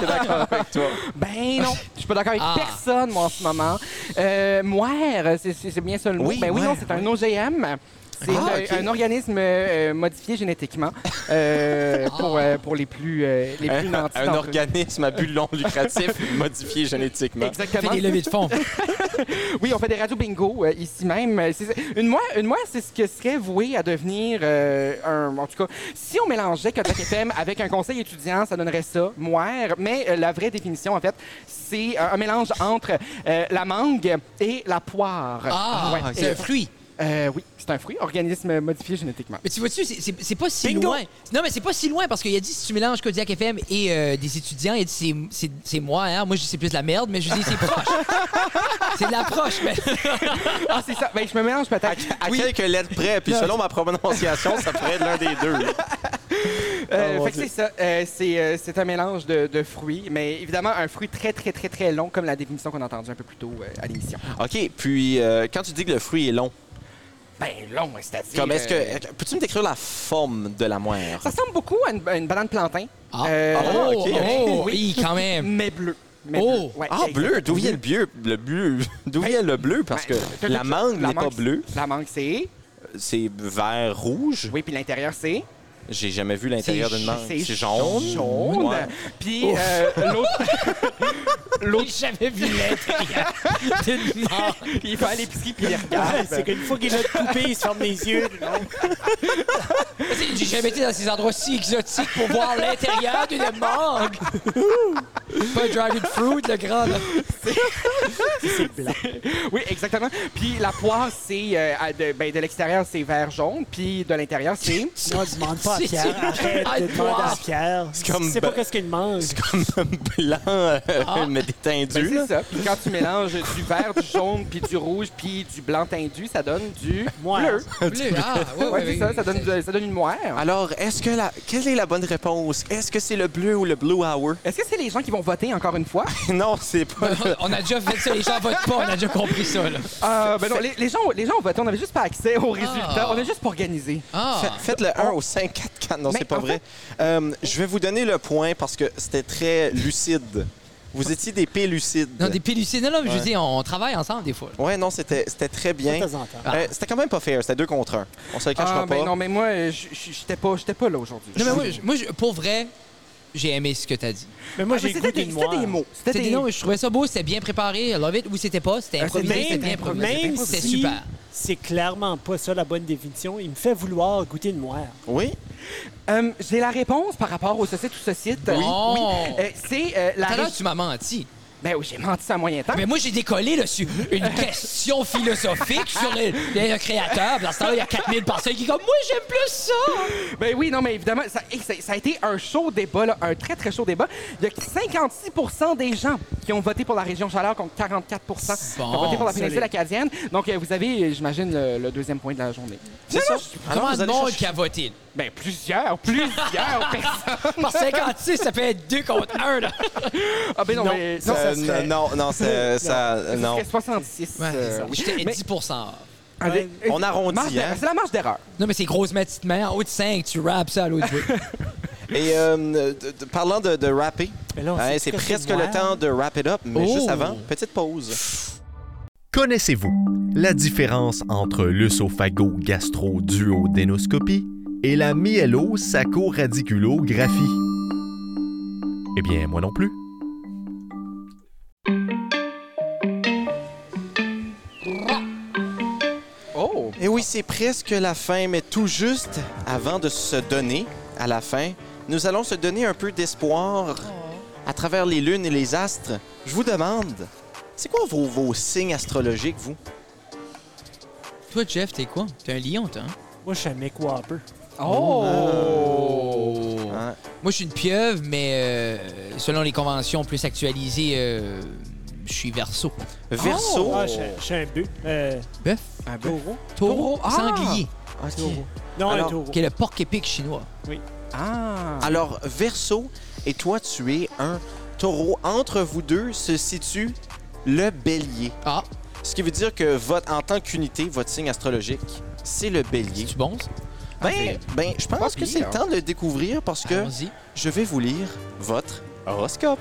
S1: es, d'accord avec toi?
S7: Ben non, je suis pas d'accord avec
S1: Ah.
S7: personne, moi, en ce moment. Euh, moire, c'est- c'est c'est bien ça le mot.
S1: Oui,
S7: ben oui,
S1: moire,
S7: non, c'est un OGM. C'est
S1: Ah,
S7: un-
S1: ok.
S7: un, organisme euh, modifié génétiquement euh, pour, euh, pour les plus, euh, les plus
S1: Hein? Un,
S7: nantis.
S1: un
S7: d'entre eux.
S1: organisme à but non lucratif modifié génétiquement.
S7: Exactement.
S3: fonds.
S7: oui, on fait des radios bingo euh, ici même. Euh, c'est- Une moire, une moire, c'est ce que serait voué à devenir euh, un. En tout cas, si on mélangeait Kodak FM avec un conseil étudiant, ça donnerait ça, moire. Mais euh, la vraie définition, en fait, c'est euh, un mélange entre euh, la mangue et la poire.
S3: Ah,
S7: Ouais.
S3: c'est
S7: Et-
S3: un fruit.
S7: Euh, oui, c'est un fruit, organisme modifié génétiquement.
S3: Mais tu vois-tu, c'est- c'est c'est pas si
S7: Bingo.
S3: loin. Non, mais c'est pas si loin parce qu'il a dit si tu mélanges Kodiak FM et euh, des étudiants, il a dit c'est- c'est- c'est moi, hein. Moi, je dis c'est plus de la merde, mais je dis c'est proche. c'est de l'approche, mais.
S7: ah, c'est ça. Ben, je me mélange peut-être.
S1: À quelques lettres près, puis selon ma prononciation, ça pourrait être l'un des deux.
S7: Euh,
S1: Oh, mon
S7: fait que
S1: Dieu.
S7: c'est ça. Euh, c'est euh, c'est un mélange de, de fruits, mais évidemment un fruit très, très, très, très long, comme la définition qu'on a entendue un peu plus tôt euh, à l'émission.
S1: OK, puis euh, quand tu dis que le fruit est long,
S7: Ben, long, c'est-à-dire.
S1: comme est-ce
S7: euh,
S1: que. Peux-tu me décrire la forme de la moire?
S7: Ça ressemble beaucoup à une, à une banane plantain.
S3: Ah,
S7: Euh,
S1: Ah, ok, ok.
S3: oh, oui, quand même.
S7: Mais bleu. Mais bleu.
S3: Oh.
S7: Ouais,
S1: Ah,
S7: exact.
S1: bleu! D'où vient le bleu? Le bleu. D'où vient le bleu? Parce que
S7: Ben, t'as
S1: la
S7: quelque
S1: mangue
S7: chose-
S1: n'est pas
S7: mangue,
S1: bleue,
S7: La mangue, c'est.
S1: c'est vert rouge.
S7: Oui, puis l'intérieur, c'est.
S1: J'ai jamais vu l'intérieur
S7: C'est
S1: d'une
S7: ja-
S1: mangue.
S7: c'est
S1: Ah, C'est jaune.
S7: jaune.
S1: Ouais.
S7: Puis
S1: Ouf.
S7: euh, l'autre. l'autre.
S3: J'avais vu l'intérieur d'une mangue.
S7: Il va à l'épicerie puis il
S4: Ouais, ben.
S7: regarde.
S4: Ah, c'est qu'une fois qu'il a coupé, il se ferme les yeux.
S3: C'est- J'ai jamais été dans ces endroits si exotiques pour voir l'intérieur d'une mangue. pas un dragon fruit, le grand. là.
S7: Oui, exactement. Puis la poire, c'est euh, à de, ben, de l'extérieur, c'est vert jaune, puis de l'intérieur, c'est ben,
S4: Non, demande pas à
S3: C'est-
S4: Pierre. Arrête
S3: Ah,
S4: de demander à
S3: wow.
S4: Pierre.
S1: C'est comme- ben,
S4: C'est pas qu'est-ce qu'il demande.
S1: C'est comme un blanc, euh,
S3: Ah.
S1: mais
S7: Ben,
S1: détendu.
S7: c'est ça. Puis quand tu mélanges du vert, du jaune, puis du rouge, puis du blanc teindu, ça donne du
S4: Moi,
S7: bleu.
S3: Bleu, Ah, ouais,
S7: Ouais,
S3: ouais,
S7: c'est ça,
S3: ouais,
S7: ça donne, du- ça donne une moire.
S1: Alors, est-ce que la... quelle est la bonne réponse? Est-ce que c'est le bleu ou le blue hour?
S7: Est-ce que c'est les gens qui vont voter encore une fois?
S1: non, c'est pas...
S3: On a déjà fait ça, les gens votent pas, on a déjà compris ça. Là.
S7: Euh, ben non, les, les gens, les gens ont voté, on n'avait juste pas accès aux résultats, on a juste pas organisé.
S3: Ah,
S1: Fa- Faites le 1 au 5, 4, 4. Non,
S7: Mais
S1: c'est pas
S7: Oh. Ben, en
S1: vrai. Euh, je vais vous donner le point parce que c'était très lucide. Vous étiez des P lucides.
S3: non, des pélucides. Non, non, mais je
S1: Ouais.
S3: veux dire, on travaille ensemble des fois. là.
S1: Ouais, non, c'était c'était très bien.
S4: De temps en temps.
S1: Euh, c'était quand même pas fair. C'était deux contre un. On se le cachera
S7: Ah,
S1: pas.
S7: ben non, mais moi, euh, j- j- j'étais pas, j'étais pas là aujourd'hui.
S3: Non, mais moi, je- moi, je- pour vrai, j'ai aimé ce que t'as dit.
S4: Mais moi,
S7: Ah, mais
S4: j'ai goûté
S7: c'était des,
S4: de
S7: c'était des mots. C'était des,
S3: Non, je trouvais ça beau, c'était bien préparé. Love it, oui, c'était pas, c'était
S4: Euh, c'est
S3: improvisé, c'était bien
S4: même,
S3: improvisé.
S4: même
S3: C'était
S4: si
S3: super.
S4: c'est clairement pas ça la bonne définition, il me fait vouloir goûter une moire.
S1: Oui?
S7: Euh, J'ai la réponse par rapport au saucite ou saucite.
S3: Oui.
S7: Euh, c'est euh, la.
S3: Tout à l'heure,
S7: régi-
S3: tu m'as menti.
S7: Ben oui, j'ai menti ça en moyen temps.
S3: Mais moi, j'ai décollé là, sur une question philosophique sur le, le créateur. Dans ce temps-là, il y a 4000 personnes qui sont comme Moi, j'aime plus ça.
S7: Ben oui, non, mais évidemment, ça, hey, ça- ça a été un chaud débat, là, un très, très chaud débat. Il y a 56 des gens qui ont voté pour la région Chaleur contre 44 qui ont
S3: Bon,
S7: voté pour la
S3: c'est
S7: péninsule acadienne. Donc, euh, vous avez, euh, j'imagine, le, le deuxième point de la journée.
S1: C'est ça.
S3: Comment
S1: Ah vous
S3: de
S1: allez
S3: monde
S1: chercher-
S3: qui a voté?
S7: Ben, plusieurs, plusieurs personnes.
S3: Par 56, ça peut être 2 contre 1. Là.
S7: Ah, ben non, mais. Non,
S1: Euh,
S7: ça serait-
S1: non, non, c'est- ça...
S7: ça
S1: Non.
S7: serait 66. euh, oui.
S3: J'étais à
S7: Mais-
S3: 10 off.
S7: Allez, euh,
S1: On arrondit,
S7: marge d'erreur.
S1: hein?
S7: C'est la marge d'erreur.
S3: Non, mais c'est grosse ma petite main. En haut de 5, tu rappes ça à l'autre bout.
S1: Et euh, de- de- parlant de, de rapper,
S4: Mais là, on
S1: hein,
S4: sait
S1: c'est
S4: que
S1: presque
S4: noir.
S1: le temps de wrap it up, mais
S3: Oh.
S1: juste avant, petite pause.
S5: Connaissez-vous la différence entre l'œsophago-gastro-duodénoscopie et la myélo-sacco-radiculographie? Eh bien, moi non plus.
S7: Oh!
S1: Et oui, c'est presque la fin, mais tout juste avant de se donner à la fin, nous allons se donner un peu d'espoir à travers les lunes et les astres. Je vous demande, c'est quoi vos, vos signes astrologiques, vous?
S3: Toi, Jeff, t'es quoi? T'es un lion, toi. hein?
S4: Moi, je suis un mec whopper.
S7: Oh!
S1: Hein?
S3: Moi, je suis une pieuvre, mais euh, selon les conventions plus actualisées, euh, je suis verso.
S1: Verseau.
S4: Ah, je suis un- je suis un bœuf. Euh,
S3: Bœuf,
S1: Ah,
S7: Un
S1: ben.
S7: bœuf.
S4: taureau.
S3: taureau,
S7: Taureau, ah!
S3: sanglier,
S1: Ok.
S4: Non,
S1: Alors,
S4: un taureau.
S3: qui est le porc-épic chinois.
S7: Ah!
S1: Alors, Verseau et toi, tu es un taureau. Entre vous deux se situe le bélier.
S3: Ah,
S1: Ce qui veut dire que votre, en tant qu'unité, votre signe astrologique, c'est le bélier. C'est
S3: bon,
S1: ben, ben, je pense que
S3: pire,
S1: c'est le
S3: hein. Ah,
S1: temps de le découvrir parce que je vais vous lire votre horoscope.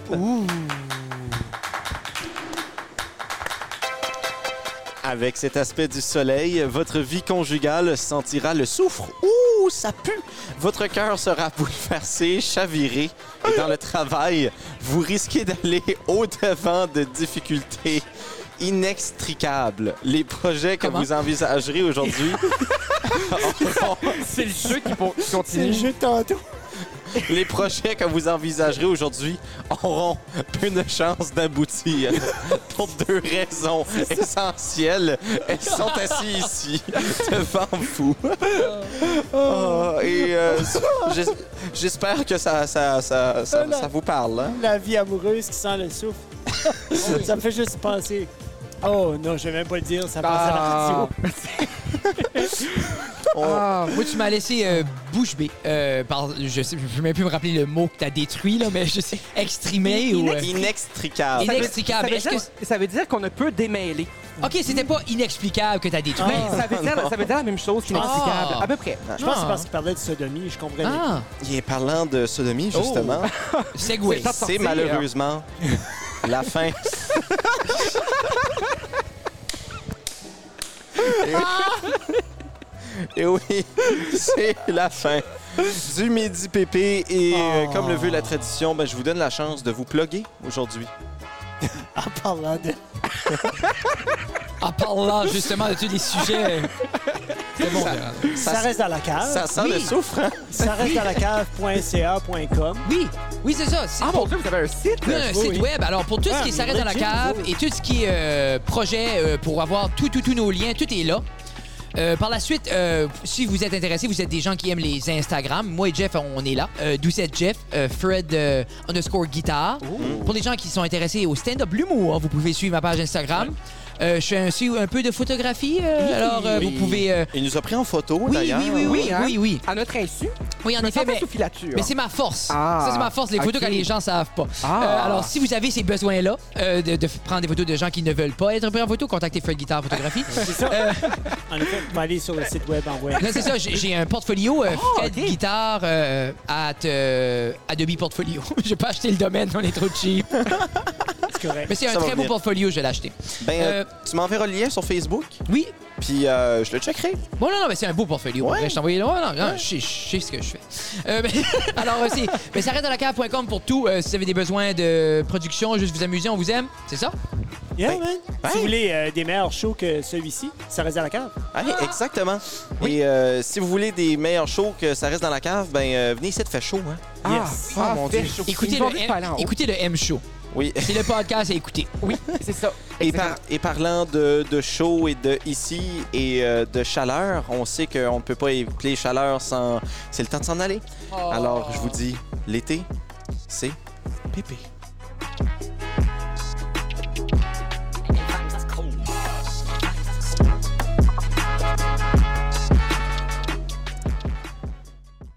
S1: Avec cet aspect du soleil, votre vie conjugale sentira le soufre. Ouh, ça pue! Votre cœur sera bouleversé, chaviré. Et dans le travail, vous risquez d'aller au-devant de difficultés inextricables. Les projets que vous envisagerez aujourd'hui
S7: C'est le jeu qui pour- qui continue.
S1: C'est le jeu Les projets que vous envisagerez aujourd'hui auront peu de chances d'aboutir pour deux raisons essentielles. Elles sont assises ici devant vous. Oh, et euh, j'es- j'espère que ça, ça, ça, ça, ça vous parle. hein?
S4: La vie amoureuse qui sent le souffle. ça me fait juste penser. Oh non, je vais même pas le dire, ça passe à
S7: Ah.
S4: la radio.
S3: Ah, moi, tu m'as laissé euh, bouche bée. Euh, par, je sais, je peux même plus me rappeler le mot que t'as détruit, là, mais je sais, extrémé ou... euh,
S1: Inextricable.
S3: Inextricable.
S7: Ah, Ça veut dire- ça veut dire qu'on ne peut démêler.
S3: OK, c'était pas inexplicable que t'as détruit.
S7: ça, veut dire, ça veut dire la même chose qu'inexplicable.
S3: Ah.
S7: À peu près.
S4: Je pense que c'est parce qu'il parlait de sodomie, je comprenais.
S3: Ah.
S1: Il est parlant de sodomie, justement.
S3: Segway.
S1: C'est malheureusement la fin. Et
S3: Ah!
S1: oui. Et oui, c'est la fin du Midi Pépé. Et euh,
S3: Ah.
S1: comme le veut la tradition, ben, je vous donne la chance de vous plugger aujourd'hui.
S4: En parlant de.
S3: En parlant justement de tous les sujets...
S7: Ah!
S3: euh, C'est bon, là.
S4: Ça, reste dans la cave.
S1: ça sent le soufre, hein?
S4: Ça reste dans la cave.ca.com.
S3: Oui, oui, c'est ça. c'est
S7: Ah
S3: pour-
S7: mon dieu, vous avez un site?
S3: Oui, un site
S7: Oui.
S3: web. Alors, pour tout ce qui
S7: Ah,
S3: s'arrête dans la
S7: legit,
S3: cave
S7: oui.
S3: et tout ce qui est euh, projet euh, pour avoir tout, tout, tous nos liens, tout est là. Euh, par la suite, euh, si vous êtes intéressés, vous êtes des gens qui aiment les Instagram. Moi et Jeff, on est là. Euh, Doucette Jeff, euh, Fred euh, underscore guitare. Pour les gens qui sont intéressés au stand-up l'humour, hein, vous pouvez suivre ma page Instagram. Euh, je fais aussi un peu de photographie. euh, alors, euh, vous pouvez. euh,
S1: Il nous a pris en photo,
S3: oui,
S1: d'ailleurs.
S3: oui, oui, oui,
S7: hein?
S3: oui, oui.
S7: À notre insu.
S3: Oui, en
S7: Je me
S3: effet,
S7: sentais
S3: mais-
S7: sous filature.
S3: mais c'est ma force.
S7: Ah,
S3: ça, c'est ma force, les photos
S7: ok.
S3: quand les gens savent pas.
S7: Ah.
S3: Euh, alors, si vous avez ces besoins-là, euh, de, de f- prendre des photos de gens qui ne veulent pas être pris en photo, contactez Fred Guitar Photographie.
S4: C'est ça. En effet, vous pouvez aller sur le site web en web.
S3: Là, c'est ça, j'ai j'ai un portfolio euh, Fred Guitar euh, at euh, Adobe Portfolio. j'ai pas acheté le domaine, on est trop cheap.
S4: C'est correct.
S3: Mais c'est un
S1: Ça va
S3: très beau
S1: venir.
S3: portfolio, je l'ai acheté.
S1: Ben, euh,
S3: Euh,
S1: tu m'enverras le lien sur Facebook,
S3: Oui.
S1: puis euh, je le checkerai.
S3: Bon, non, non, mais c'est un beau portfolio. pour
S1: Ouais.
S3: vrai. Je t'envoyais là. Non, non, je sais- je sais ce que je fais. Euh, mais- alors, euh, c'est mais ça reste à la cave.com pour tout. Euh, si vous avez des besoins de production, juste vous amuser, on vous aime. C'est ça?
S4: Yeah, man. Si vous voulez euh, des meilleurs shows que celui-ci, ça reste dans la cave.
S1: Ah, exactement. Et euh, si vous voulez des meilleurs shows que ça reste dans la cave, ben euh, venez ici, de fait chaud. Hein?
S4: Yes.
S7: Ah,
S1: mon
S7: fait
S1: Dieu.
S7: chaud.
S3: Écoutez
S7: Ils ont
S3: le,
S7: envie de
S3: M,
S7: pas aller en haut.
S3: écoutez le M Show.
S1: Oui.
S3: C'est le podcast à écouter.
S7: Oui, c'est ça.
S1: Et, par- et parlant de, de chaud et de ici et euh, de chaleur, on sait qu'on ne peut pas épeler chaleur sans. C'est le temps de s'en Oh. aller. Alors, je vous dis, l'été, c'est pépé.